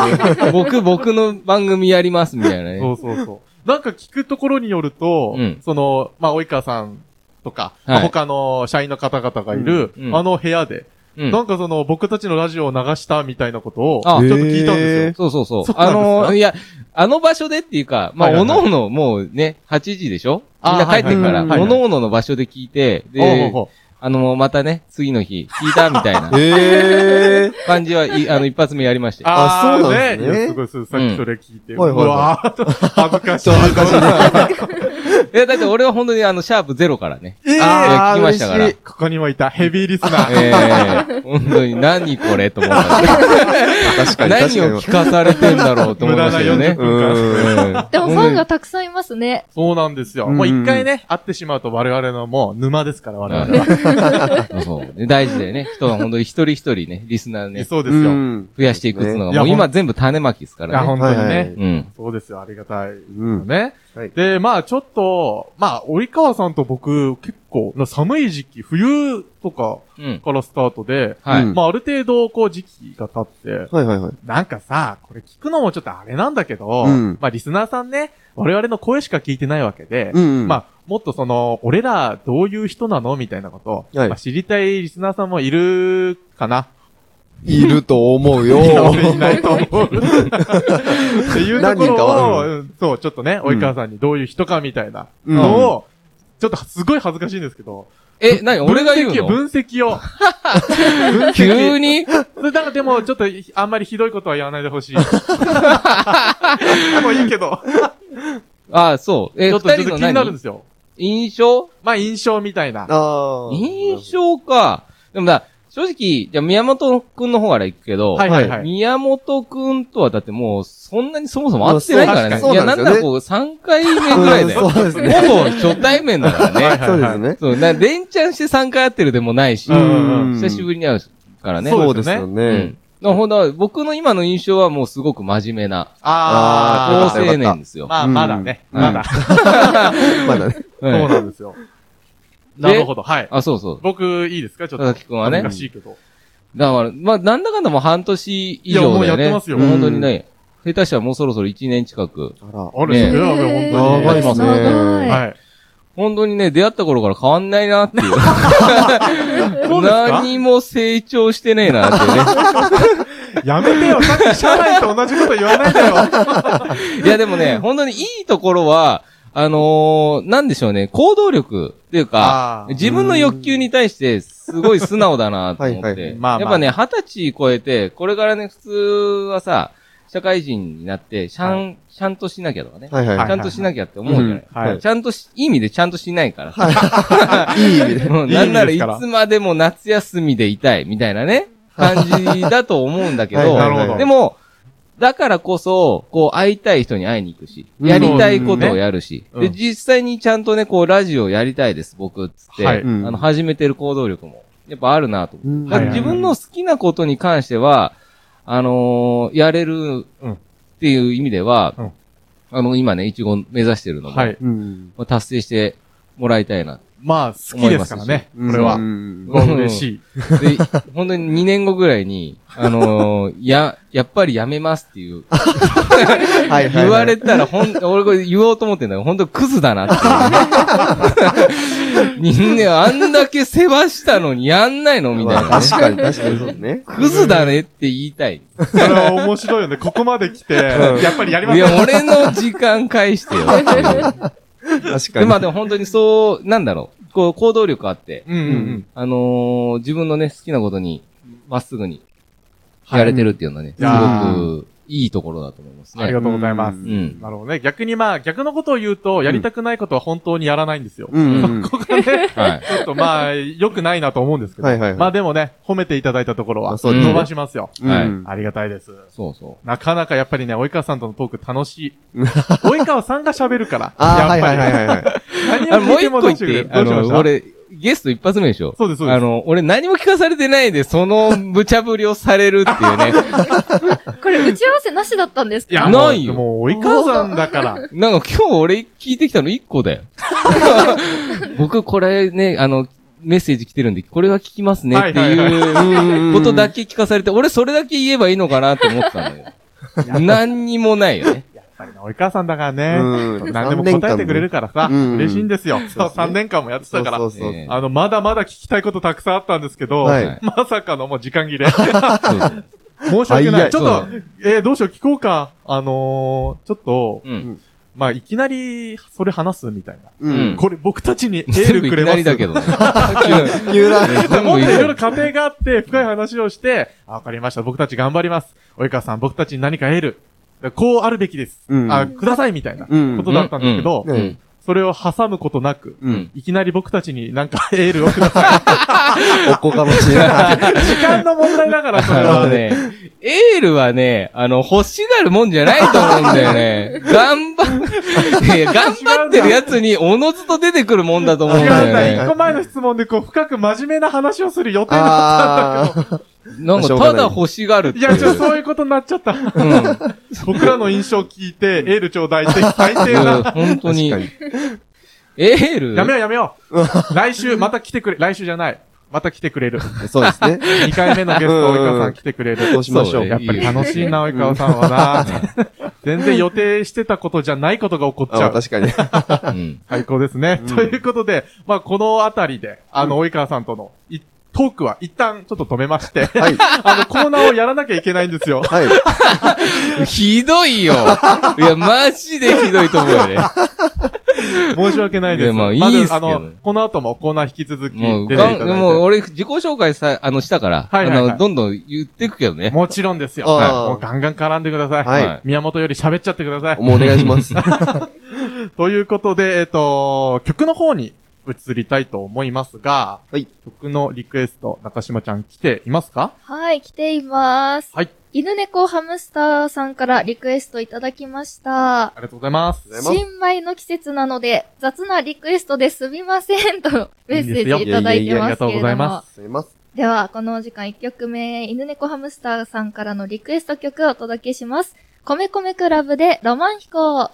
Speaker 4: ね。 僕、僕の番組やりますみたいな
Speaker 1: そ
Speaker 4: ね。
Speaker 1: うそうそう。なんか聞くところによると、
Speaker 4: うん
Speaker 1: その、まあ、及川さんとか、
Speaker 4: はい
Speaker 1: 他の社員の方々がいる、
Speaker 4: うんうん
Speaker 1: あの部屋で、
Speaker 4: うん
Speaker 1: なんかその、僕たちのラジオを流したみたいなことを、ちょ
Speaker 4: あ
Speaker 1: っと聞いたんですよ。
Speaker 4: そうそうそう。
Speaker 1: そうなん
Speaker 4: あ
Speaker 1: ですか
Speaker 4: のー、いや、あの場所でっていうか、まあ、
Speaker 1: はいはい
Speaker 4: お
Speaker 1: はい
Speaker 4: のおのもうね、8時でしょみ
Speaker 1: あ
Speaker 4: ん
Speaker 1: ー
Speaker 4: な帰ってから、
Speaker 2: は
Speaker 1: は
Speaker 2: い
Speaker 1: いはい
Speaker 4: おのおのの場所で聞いて、で、
Speaker 1: おうおうおう
Speaker 4: あのー、またね、次の日、聞いたみたいな
Speaker 2: ええ。
Speaker 4: 感じはい、あの、一発目やりまして。
Speaker 1: あ
Speaker 2: あ
Speaker 1: ー
Speaker 2: そうなんですね
Speaker 1: いやすごい、すごいさっきそれ聞いて。
Speaker 2: う
Speaker 1: うん
Speaker 2: はいはいはい
Speaker 1: わー恥ずかしい。
Speaker 2: 恥ずかしいね。
Speaker 4: いや、だって俺は本当にあの、シャープゼロからね。
Speaker 2: えー
Speaker 4: あー聞きましたから
Speaker 2: 嬉しい
Speaker 1: ここにもいた、ヘビーリスナー。
Speaker 4: ええ本当に何これと思った。
Speaker 2: 確かに確
Speaker 4: 何
Speaker 2: か
Speaker 4: を
Speaker 2: に
Speaker 4: 聞。かされてんだろうと思いましたよね。
Speaker 1: 無駄な40
Speaker 2: うん
Speaker 4: うん
Speaker 3: でもファンがたくさんいますね。
Speaker 1: そうなんですよ。
Speaker 2: うんうん
Speaker 1: もう一回ね、会ってしまうと我々のもう沼ですから、我々は。
Speaker 4: そう。で大事だよね。人は本当に一人一人ね、リスナーね、
Speaker 1: そうで
Speaker 2: う
Speaker 1: すよ。い
Speaker 2: ん。
Speaker 4: 増やしていくっていうのが、
Speaker 1: ね
Speaker 4: もう
Speaker 1: いや
Speaker 4: 今全部種まきですか
Speaker 1: や、
Speaker 4: らね。
Speaker 1: 本当に
Speaker 2: はいは
Speaker 1: ね
Speaker 2: い。
Speaker 4: うん。
Speaker 1: そうですよ、ありがたい。ね。
Speaker 2: うん。はい
Speaker 1: で、まあちょっと、まあ、折川さんと僕、結構、寒い時期、冬とか
Speaker 4: うん。
Speaker 1: からスタートで、
Speaker 4: はい。
Speaker 2: うん
Speaker 1: まあある程度、こう時期が経って、
Speaker 2: はいはいはい。
Speaker 1: なんかさ、これ聞くのもちょっとあれなんだけど、
Speaker 2: うん
Speaker 1: まあリスナーさんね、我々の声しか聞いてないわけで、
Speaker 2: うんうん。
Speaker 1: まあもっとその、俺らどういう人なのみたいなこと、
Speaker 2: はい
Speaker 1: まあ知りたいリスナーさんもいるかな、
Speaker 2: いると思 うよ。
Speaker 1: いや俺いないと思う。っていうとこ
Speaker 2: 何人か
Speaker 1: ろを
Speaker 2: は、
Speaker 1: うんそう、ちょっとね、及川さんにどういう人かみたいな
Speaker 2: うん
Speaker 1: のを、ちょっとすごい恥ずかしいんですけど、
Speaker 4: え、何俺が言うの
Speaker 1: 分析を、分析を
Speaker 4: 急に
Speaker 1: それだからでも、ちょっと、あんまりひどいことは言わないでほし い。もういいけど。
Speaker 4: ああ、そう。え、
Speaker 1: ちょ
Speaker 4: 二
Speaker 1: っと、ちょっ
Speaker 4: 人
Speaker 1: と
Speaker 4: の
Speaker 1: 気になるん
Speaker 4: 何
Speaker 1: ですよ。
Speaker 4: 印象
Speaker 1: まあ、印象みたいな。
Speaker 2: あー
Speaker 4: 印象か。でもな、正直、じゃあ宮本くんの方から行くけど、
Speaker 1: はいはいはい。
Speaker 4: 宮本くんとはだってもう、そんなにそもそも会ってないからね。
Speaker 2: そう
Speaker 4: いや、
Speaker 2: 確
Speaker 4: な
Speaker 2: か
Speaker 4: ん
Speaker 2: に
Speaker 4: ならこう、3回目ぐらいだよ。
Speaker 2: うんそうですね。
Speaker 4: ほぼ初対面だからね。
Speaker 2: そうですね。
Speaker 4: そう、な、連チャンして3回会ってるでもないし、
Speaker 1: うん
Speaker 4: 久しぶりに会うからね。
Speaker 1: そ
Speaker 2: そうう
Speaker 1: で
Speaker 2: ですす
Speaker 1: ね
Speaker 2: よ
Speaker 4: う
Speaker 2: ね
Speaker 4: ん。。なほんと僕の今の印象はもうすごく真面目な、
Speaker 1: あ
Speaker 4: 高
Speaker 2: あー
Speaker 4: 青年ですよ。
Speaker 1: まあ、
Speaker 2: うん
Speaker 1: まだね。
Speaker 4: うん
Speaker 1: まだ。そ
Speaker 2: まだね。
Speaker 1: う
Speaker 4: はい
Speaker 1: なんですよ。
Speaker 4: で
Speaker 1: なるほど。はい。
Speaker 4: あ、そうそう。
Speaker 1: 僕、いいですかちょっ
Speaker 4: 佐
Speaker 1: と。
Speaker 4: 々木くんは
Speaker 1: 恥ず
Speaker 4: ね
Speaker 1: か。しいけど。
Speaker 4: だから、まあ、なんだかんだもう半年以上だよね。
Speaker 1: いやもうやってますよ
Speaker 4: もう本当にね、下手したらもうそろそろ1年近く。
Speaker 2: あら。
Speaker 1: あ
Speaker 4: ね
Speaker 1: れ、それは
Speaker 3: へー
Speaker 1: 本当
Speaker 2: 長い
Speaker 1: に。
Speaker 2: ですね
Speaker 3: 長い
Speaker 1: はい。
Speaker 4: 本当にね、出会った頃から変わんないなっていう。
Speaker 1: そうですか
Speaker 4: 何も成長してねえなっていうね。
Speaker 1: やめてよ。さっき社内と同じこと言わないでよ。
Speaker 4: いや、でもね、本当にいいところは、あのー、なんでしょうね、行動力っていう
Speaker 1: あ
Speaker 4: か
Speaker 1: ー、
Speaker 4: 自分の欲求に対して、すごい素直だなと思っ
Speaker 2: はいは
Speaker 4: て。
Speaker 2: い
Speaker 1: まあまあ
Speaker 4: やっぱね、二十歳超えて、これからね、普通はさ、社会人になって、ちゃん、ちゃんとしなきゃとかね。
Speaker 2: はい
Speaker 1: は
Speaker 2: は
Speaker 4: ちゃんとしなきゃって思うじゃない。
Speaker 2: うん
Speaker 1: はい。
Speaker 4: ちゃんとし、いい意味でちゃんとしないから。
Speaker 2: い。いい意味で。
Speaker 4: うん
Speaker 1: いい意
Speaker 4: な
Speaker 1: 味
Speaker 4: んなら
Speaker 1: で
Speaker 4: い
Speaker 1: すから
Speaker 4: つまでも夏休みでいたい、みたいなね、感じだと思うんだけ
Speaker 2: はい
Speaker 4: ど
Speaker 2: はい
Speaker 1: な、るほど。
Speaker 4: でも、だからこそ、こう、会いたい人に会いに行くし、
Speaker 2: うん
Speaker 4: やりたいことをやるし、
Speaker 1: うんね
Speaker 4: で、
Speaker 1: うん
Speaker 4: 実際にちゃんとね、こう、ラジオやりたいです、僕、つって、
Speaker 1: はい
Speaker 4: あ
Speaker 2: うん
Speaker 4: の、始めてる行動力も、やっぱあるなと思う。
Speaker 2: うん
Speaker 4: だから
Speaker 1: はいはい
Speaker 4: 自分の好きなことに関しては、あのーやれる
Speaker 1: うん
Speaker 4: っていう意味では、
Speaker 1: うん
Speaker 4: あの、今ね、一応目指してるのも、
Speaker 1: はい。
Speaker 2: うん。
Speaker 4: まあ達成してもらいたいな。
Speaker 1: まあ、好きですからね。これは。
Speaker 2: うん
Speaker 1: うわ嬉しい。
Speaker 4: で、本当に2年後ぐらいに、あのー、や、やっぱりやめますっていう、
Speaker 2: はいはいはい
Speaker 4: 言われたら、ほん、俺これ言おうと思ってんだけど、本当クズだなって いうね。人間あんだけ世話したのにやんないのみたい
Speaker 2: まあ
Speaker 4: なね
Speaker 2: 確。かに、確かにそうね。
Speaker 4: クズだねって言いたい。
Speaker 1: それは面白いよね。ここまで来て、やっぱりやりま
Speaker 4: い
Speaker 1: す
Speaker 4: や、俺の時間返し てよってい
Speaker 2: 確
Speaker 4: う。
Speaker 2: か
Speaker 4: で、
Speaker 2: に。
Speaker 4: まあでも本当にそう、なんだろう。こう、行動力あって、
Speaker 1: うんうん。
Speaker 4: あのー、自分のね、好きなことに、まっすぐに、やれてるっていうのはね、す
Speaker 1: いやー
Speaker 4: ごく、いいところだと思います
Speaker 1: ありが
Speaker 4: ね。
Speaker 1: とうございます
Speaker 2: う
Speaker 4: うんん。
Speaker 1: なるほどね。逆にまあ、逆のことを言うと、やりたくないことは本当にやらないんですよ。
Speaker 2: うんうん。
Speaker 1: ここがね、
Speaker 4: はい。
Speaker 1: ちょっとまあ、良くないなと思うんですけど。
Speaker 2: はいはいはい
Speaker 1: まあでもね、褒めていただいたところ
Speaker 2: ま
Speaker 1: は
Speaker 2: あ、そう
Speaker 4: ですね
Speaker 1: 伸ばしますよ。
Speaker 4: はい
Speaker 2: うん
Speaker 1: ありがたいです。
Speaker 4: そうそ
Speaker 1: なかなかやっぱりね、及川さんとのトーク楽しい。及川さんが喋るから。
Speaker 2: あ
Speaker 1: や
Speaker 2: あ、は
Speaker 1: っ
Speaker 2: い
Speaker 1: ぱ
Speaker 2: は
Speaker 1: り
Speaker 2: いはいはい。
Speaker 1: 何
Speaker 4: う。あ
Speaker 1: を
Speaker 4: のも
Speaker 1: 聞いても
Speaker 4: う一個言
Speaker 1: 大
Speaker 4: っ
Speaker 1: 丈夫です。、どうしまし
Speaker 4: てあの、
Speaker 1: た
Speaker 4: 俺、ゲスト一発目でしょ
Speaker 1: そうですそうです
Speaker 4: あの、俺何も聞かされてないで、その無茶ぶりをされる っていうね。
Speaker 3: これ打ち合わせなしだったんです
Speaker 1: いや、
Speaker 3: か
Speaker 1: もう
Speaker 4: ないよ
Speaker 1: もう、及川さんだから。
Speaker 4: なんか今日俺聞いてきたの1個 だよ。僕これね、あの、メッセージ来てるんで、これは聞きますねっていうことだけ聞かされて、俺それだけ言えばいいのかなって思ってたのよ。何にもないよね。
Speaker 1: やっぱりね、及川さんだからね。
Speaker 2: うん
Speaker 1: 何でも答えてくれるからさ、
Speaker 2: うん
Speaker 1: 嬉しいんですよ。そう、3年間もやってたから
Speaker 2: そ。うそうそう。
Speaker 4: ええ
Speaker 1: あの、まだまだ聞きたいことたくさんあったんですけど、
Speaker 2: はい
Speaker 1: まさかのもう時間切れ。
Speaker 4: そうそう
Speaker 1: 申し訳
Speaker 2: は
Speaker 1: ないい。ちょっと、えー、どうしよう、聞こうか。あのー、ちょっと、
Speaker 4: うん。
Speaker 1: まあ、いきなり、それ話すみたいな。
Speaker 2: う
Speaker 4: うん
Speaker 2: ん。
Speaker 1: これ僕たちにエー
Speaker 4: 全部
Speaker 1: ル
Speaker 4: い
Speaker 1: く
Speaker 4: き
Speaker 1: れま
Speaker 4: な
Speaker 1: す。
Speaker 4: りだ けどね。
Speaker 2: 急だね。
Speaker 4: 全
Speaker 1: も
Speaker 4: 部
Speaker 1: っ
Speaker 4: い
Speaker 1: と
Speaker 4: き
Speaker 1: い
Speaker 4: な
Speaker 1: ろいろ
Speaker 4: り
Speaker 1: 過程があって、深い話をして、あ、わかりました。僕たち頑張ります。及川さん、僕たちに何かエール。こうあるべきです。
Speaker 2: うん
Speaker 1: あ、くださいみたいなこ
Speaker 2: うん
Speaker 1: とだったんですけど、
Speaker 2: うんうん
Speaker 1: それを挟むことなく、
Speaker 2: うん。
Speaker 1: いきなり僕たちになんかエールをください。
Speaker 2: おこがましいな。
Speaker 1: 時間の問題だから、それ
Speaker 4: あ
Speaker 1: は
Speaker 4: の。ね、エールはね、あの、欲しがるもんじゃないと思うんだよね。 頑張っ、いや頑張ってるやつに、おのずと出てくるもんだと思うん
Speaker 1: 違うんだ
Speaker 4: だ
Speaker 1: よ。
Speaker 4: よ
Speaker 1: 一
Speaker 4: ね。
Speaker 1: 個前の質問で、こう、深く真面目な話をする予定だっ
Speaker 2: ああ。
Speaker 4: なんか、ただ欲しがるって
Speaker 1: た。
Speaker 4: い。
Speaker 1: いうや、ちょ、そういうことになっちゃった。
Speaker 4: うん。うん
Speaker 1: 僕らの印象を聞いて、エールちょうだいって、最低な。
Speaker 4: 本当に。
Speaker 2: 確
Speaker 4: エール
Speaker 1: やめようやめよう。来週、また来てくれ、来週じゃない。また来てくれる。
Speaker 2: そうですね。
Speaker 1: 2回目のゲスト、及川さん来てくれ
Speaker 2: そ
Speaker 1: る
Speaker 2: う。しましょ
Speaker 4: そうう。
Speaker 1: やっぱり楽しいな、及川さんはな。全然予定してたことじゃないことが起こっちゃ
Speaker 2: あ
Speaker 1: う。
Speaker 2: 確かに。
Speaker 4: うん。
Speaker 1: 最高ですね。
Speaker 2: うん
Speaker 1: ということで、まあ、このあたりで、あの、及川さんとのいトークは一旦ちょっと止めまして、
Speaker 2: はい。
Speaker 1: あの、コーナーをやらなきゃいけないんですよ。
Speaker 2: はい。
Speaker 4: ひどいよ。いや、マジでひどいと思うよね。
Speaker 1: 申し訳ないで
Speaker 4: い
Speaker 1: す。
Speaker 4: やまあ
Speaker 1: ず
Speaker 4: いいっすけどね
Speaker 1: あの、この後もコーナー引き続き出
Speaker 4: もう、
Speaker 1: ていただい
Speaker 4: が
Speaker 1: て。
Speaker 4: んもう俺、自己紹介さ、あの、したから、
Speaker 1: はいはいはい
Speaker 4: あの、どんどん言ってくけどね。
Speaker 1: もちろんですよ。
Speaker 2: あ
Speaker 1: はい
Speaker 2: あ
Speaker 1: もうガンガン絡んでください。
Speaker 2: はい
Speaker 4: は
Speaker 1: 宮本より喋っちゃってください。
Speaker 2: もうお願いします。
Speaker 1: ということで、えっ、と、曲の方に移りたいと思いますが、
Speaker 2: はい。
Speaker 1: 曲のリクエスト、中島ちゃん来ていますか
Speaker 3: はい、来ています。
Speaker 1: はい。
Speaker 3: 犬猫ハムスターさんからリクエストいただきました
Speaker 1: あ。りがとうございます。
Speaker 2: ありがとうござい
Speaker 3: 新米の季節なので、雑なリクエストですみませんと メッセージいただ
Speaker 1: い
Speaker 3: いてますけ
Speaker 1: いんですよいやいやいやありがとう
Speaker 3: れ
Speaker 1: ご
Speaker 3: ど
Speaker 1: ざい
Speaker 3: も
Speaker 1: ます。
Speaker 2: すいません。
Speaker 3: では、このお時間1曲目、犬猫ハムスターさんからのリクエスト曲をお届けします。米米クラブでロマン飛行。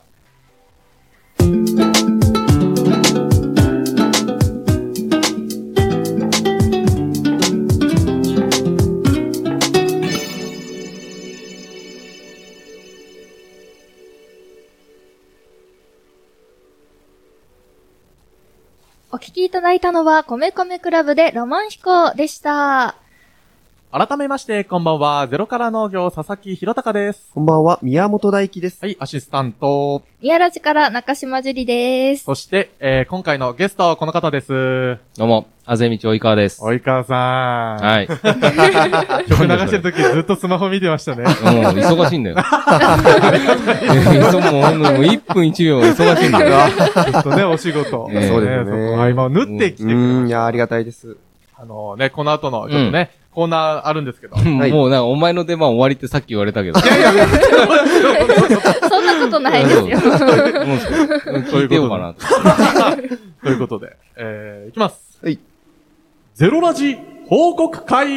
Speaker 3: お聴きいただいたのは、米米クラブでロマン飛行でした。
Speaker 1: 改めまして、こんばんは。ゼロから農業、佐々木弘隆です。
Speaker 2: こんばんは、宮本大輝です。
Speaker 1: はい、アシスタント。
Speaker 3: 宮ラジから中島樹里です。
Speaker 1: そして、えー今回のゲスト、この方です。
Speaker 4: どうも、あぜみちおいかわです。
Speaker 1: 及川さん。
Speaker 4: はい。
Speaker 1: 曲流してる時ずっとスマホ見てま したね。
Speaker 4: もう忙しいんだよ。そうもうほんともう1分1秒忙しいんだよ。
Speaker 1: ずっとね、お仕事。
Speaker 4: ええそう
Speaker 2: ですね
Speaker 1: そこ合間を縫ってきて
Speaker 2: う
Speaker 1: くれました
Speaker 2: ーん、いや、ありがたいです。
Speaker 1: あのね、この後の、ちょっとね、コーナーあるんですけ ど。
Speaker 2: はい
Speaker 4: もうなんかお前の出番終わりってさっき言われたけど。
Speaker 3: そんなことないですよ。
Speaker 4: もう聞いてようかなと。
Speaker 1: ということで、えー、いきます。
Speaker 2: はい。
Speaker 1: ゼロラジ報告会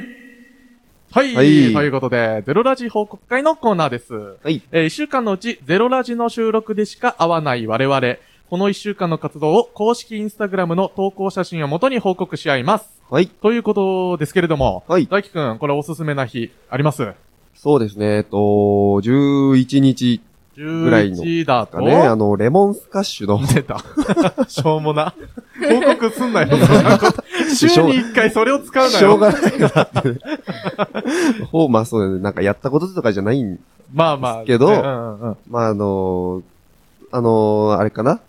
Speaker 1: はい、
Speaker 2: はい
Speaker 1: ということで、ゼロラジ報告会のコーナーです。
Speaker 2: はい。
Speaker 1: えー、一週間のうち、ゼロラジの収録でしか会わない我々。この一週間の活動を公式インスタグラムの投稿写真をもとに報告し合います。
Speaker 2: はい。
Speaker 1: ということですけれども、
Speaker 2: はい。
Speaker 1: 大輝くん、これおすすめな日あります
Speaker 2: そうですね。えっと、11日
Speaker 1: ?11 だと
Speaker 2: がね、あの、レモンスカッシュの、
Speaker 1: 出 た。しょうもな。報告すんなよ。そんなこと週に一回それを使うな
Speaker 2: しょう
Speaker 1: よ。
Speaker 2: がないからってね。ほう、まあそうだね。なんかやったこととかじゃないん。
Speaker 1: まあまあ。
Speaker 2: けど
Speaker 1: ねうんうん
Speaker 2: まああのあのあれかな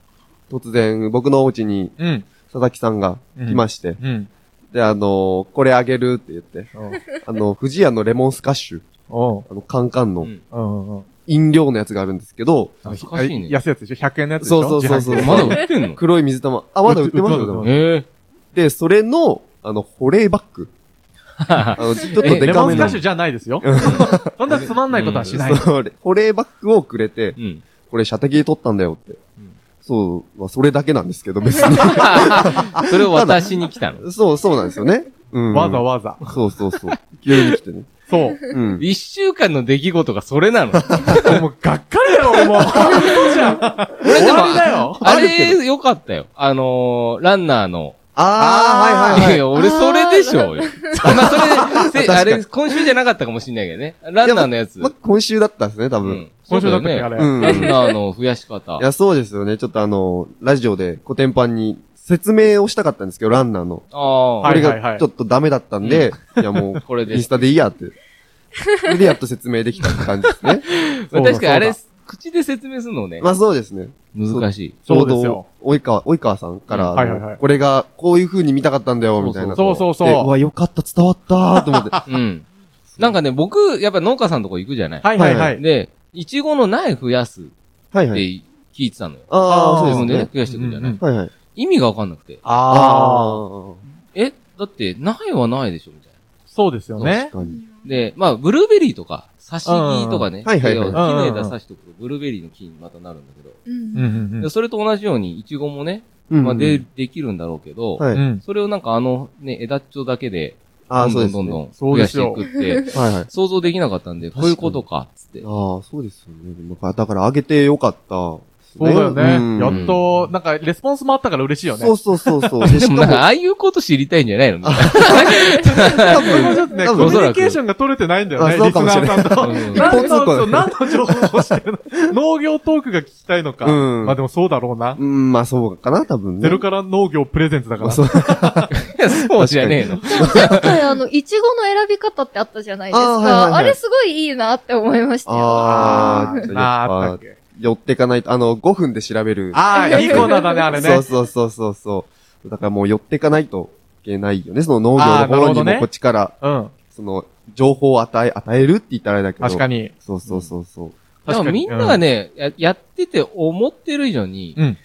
Speaker 2: 突然、僕のお家に
Speaker 1: うん。うん
Speaker 2: 佐々木さんが来まして、
Speaker 1: うん。
Speaker 2: で、あのこれあげるって言って、あの、富士屋のレモンスカッシュ、
Speaker 1: おう
Speaker 2: あの、カンカンの
Speaker 4: ん。
Speaker 1: うんうんうん。
Speaker 2: 飲料のやつがあるんですけど、
Speaker 4: 懐かしいね。
Speaker 1: 安いやつでしょ ?100 円のやつでしょ
Speaker 2: そうそうそうそう。
Speaker 4: まだ売ってんの
Speaker 2: 黒い水玉。あ、まだ売ってます
Speaker 1: 売って
Speaker 2: よ、
Speaker 1: ま
Speaker 2: ね。
Speaker 4: え
Speaker 2: で、それの、あの、保冷バッグ。あの、ちょっと
Speaker 4: え
Speaker 2: デ
Speaker 1: レ
Speaker 2: カ
Speaker 1: モン
Speaker 2: め
Speaker 1: スカ
Speaker 2: の
Speaker 1: ッシ。ュじゃないですよ。そんなつまんないことはしない。
Speaker 2: そうで保冷バッグをくれて
Speaker 4: え。、 うん。
Speaker 2: これ射的で取ったんだよって
Speaker 4: ん。
Speaker 2: そう、まあ、それだけなんですけど、別に。
Speaker 4: それを渡しに来たの。
Speaker 2: そう、そうなんですよね。うん。
Speaker 1: わざわざ。
Speaker 2: そうそうそう。急に来てね。
Speaker 1: そう。
Speaker 2: うん。
Speaker 4: 一週間の出来事がそ れなの。
Speaker 1: もう、がっかりだよ、俺もう。そうじゃん。
Speaker 4: 俺
Speaker 1: 終
Speaker 4: でも
Speaker 1: わりだよ。
Speaker 4: あ
Speaker 2: あるけど
Speaker 4: れ、よかったよ。あのー、ランナーの。
Speaker 2: ああ、はいい
Speaker 4: や
Speaker 2: はいいはい。
Speaker 4: や、俺それでしょうよ。あまあ、それ、
Speaker 2: 確
Speaker 4: せ
Speaker 2: かに
Speaker 4: あれ、今週じゃなかったかもしんないけどね。ランナーのやつ。
Speaker 2: まあ、今週だったんですね、多
Speaker 4: う
Speaker 2: 分
Speaker 4: ん。。
Speaker 1: 今週だ
Speaker 4: よ
Speaker 1: ったっけ、あ
Speaker 4: ね。
Speaker 1: れ。
Speaker 2: うん。
Speaker 4: ラン
Speaker 2: い
Speaker 4: ナーの増やし方。
Speaker 2: や、そうですよね。ちょっとあの、ラジオで古典版に説明をしたかったんですけど、ランナーの。
Speaker 4: ああ、
Speaker 1: は
Speaker 2: こ
Speaker 1: い
Speaker 2: れがちょっとダメだったんで、い やもう、
Speaker 4: これで
Speaker 2: インスタでいいやって。それでやっと説明できたって感 じですね。
Speaker 1: そうだ
Speaker 4: 確かにあ
Speaker 1: そう
Speaker 4: れ
Speaker 1: だ、
Speaker 4: 口で説明するのね。
Speaker 2: まあそうですね。
Speaker 4: 難しい。
Speaker 2: ちょ
Speaker 1: そう
Speaker 2: う
Speaker 1: ですよ
Speaker 2: ど、及川、及川さんから、
Speaker 1: うんはいはいはい
Speaker 2: これが、こういう風に見たかったんだよ、みたいな。
Speaker 1: そうそうそう
Speaker 2: でうわ、よかった、伝わったーと思 って。
Speaker 4: うん。なんかね、僕、やっぱ農家さんのとこ行くじゃない。
Speaker 1: はいはいはい。
Speaker 4: で、いちごの苗増やすって
Speaker 2: はいはい。
Speaker 4: 聞いてたのよ。
Speaker 2: あ
Speaker 1: ー
Speaker 2: あ、そ
Speaker 4: 自
Speaker 2: う
Speaker 4: 分
Speaker 2: で
Speaker 4: ですね
Speaker 2: ね。
Speaker 4: 増やしていくじゃない。
Speaker 1: うんうん
Speaker 2: はいはい。
Speaker 4: 意味がわかんなくて。
Speaker 1: ああ。
Speaker 4: え、だって、苗は苗でしょみたいな。
Speaker 1: そうですよ
Speaker 2: あ。
Speaker 1: ね
Speaker 2: 確。かに。
Speaker 4: で、まあ、ブルーベリーとか、刺し木とかね。
Speaker 2: うんはいはいはい
Speaker 4: 木の枝刺しとくと、ブルーベリーの木にまたなるんだけど。
Speaker 1: うんうん
Speaker 4: でそれと同じように、イチゴもね、
Speaker 2: うん
Speaker 4: まあ、で、、できるんだろうけど、
Speaker 1: う
Speaker 2: は
Speaker 1: ん。う
Speaker 2: い。
Speaker 1: ん。
Speaker 4: それをなんかあの、ね、枝っちょだけで、
Speaker 2: ああ、そう
Speaker 4: ど
Speaker 2: で
Speaker 4: ん
Speaker 2: す
Speaker 4: どんどん
Speaker 2: ね。
Speaker 4: どん増やしていくって、
Speaker 2: はいはい。
Speaker 4: 想像できなかったんで、こういうことか、つって。
Speaker 2: ああ、そうですよね。だから、だから上げてよかった。
Speaker 1: そうだよ
Speaker 2: うん
Speaker 1: ね。やっと、なんか、レスポンスもあったから嬉しいよね。
Speaker 2: そうそうそうそう。で
Speaker 4: で
Speaker 2: しか
Speaker 4: も
Speaker 2: も
Speaker 4: なんか、ああいうこと知りたいんじゃないのみたい
Speaker 1: こ
Speaker 2: 多
Speaker 1: れもちょっとね、
Speaker 2: 多
Speaker 1: コミ
Speaker 2: 分
Speaker 4: おそ
Speaker 1: ュ
Speaker 4: ら
Speaker 1: ニ
Speaker 4: く
Speaker 1: ケーションが取れてないんだよね、
Speaker 2: あそう
Speaker 1: リス
Speaker 2: かも
Speaker 1: ナ
Speaker 2: し
Speaker 1: ー
Speaker 2: れない
Speaker 1: さんと。
Speaker 4: な
Speaker 2: 一
Speaker 1: 何
Speaker 2: 方通行
Speaker 1: の、何の情報をしてるの農業トークが聞きたいのか。
Speaker 2: うん
Speaker 1: まあでもそうだろうな
Speaker 2: う。ん、まあそうかな、多分ね。
Speaker 1: ゼロから農業プレゼンツだか
Speaker 2: ま
Speaker 1: ら。
Speaker 2: あそう。
Speaker 4: いや、そうじゃねえの。
Speaker 3: 今回あの、いちごの選び方ってあったじゃないです
Speaker 2: あーはいはい
Speaker 3: か。
Speaker 2: はい
Speaker 3: あれすごいいいなって思いましたよ。
Speaker 2: ああ、
Speaker 1: なあ、あった
Speaker 2: や
Speaker 1: っ
Speaker 2: っぱ、
Speaker 1: け。
Speaker 2: 寄ってかないと、あの、5分で調べる。
Speaker 1: ああ、いいコーナーだね、あれね。
Speaker 2: そうそうそうそうそう。だからもう寄ってかないといけないよね。その農業
Speaker 1: あーな
Speaker 2: の
Speaker 1: るほ
Speaker 2: 方
Speaker 1: ど
Speaker 2: に
Speaker 1: ね
Speaker 2: もこっちから、
Speaker 1: うん。
Speaker 2: その、情報を与え、与えるって言ったらあれだけど。
Speaker 1: 確かに。
Speaker 2: そうそうそうそう。
Speaker 4: でもみんながね、ややってて思ってる以上に、
Speaker 1: うん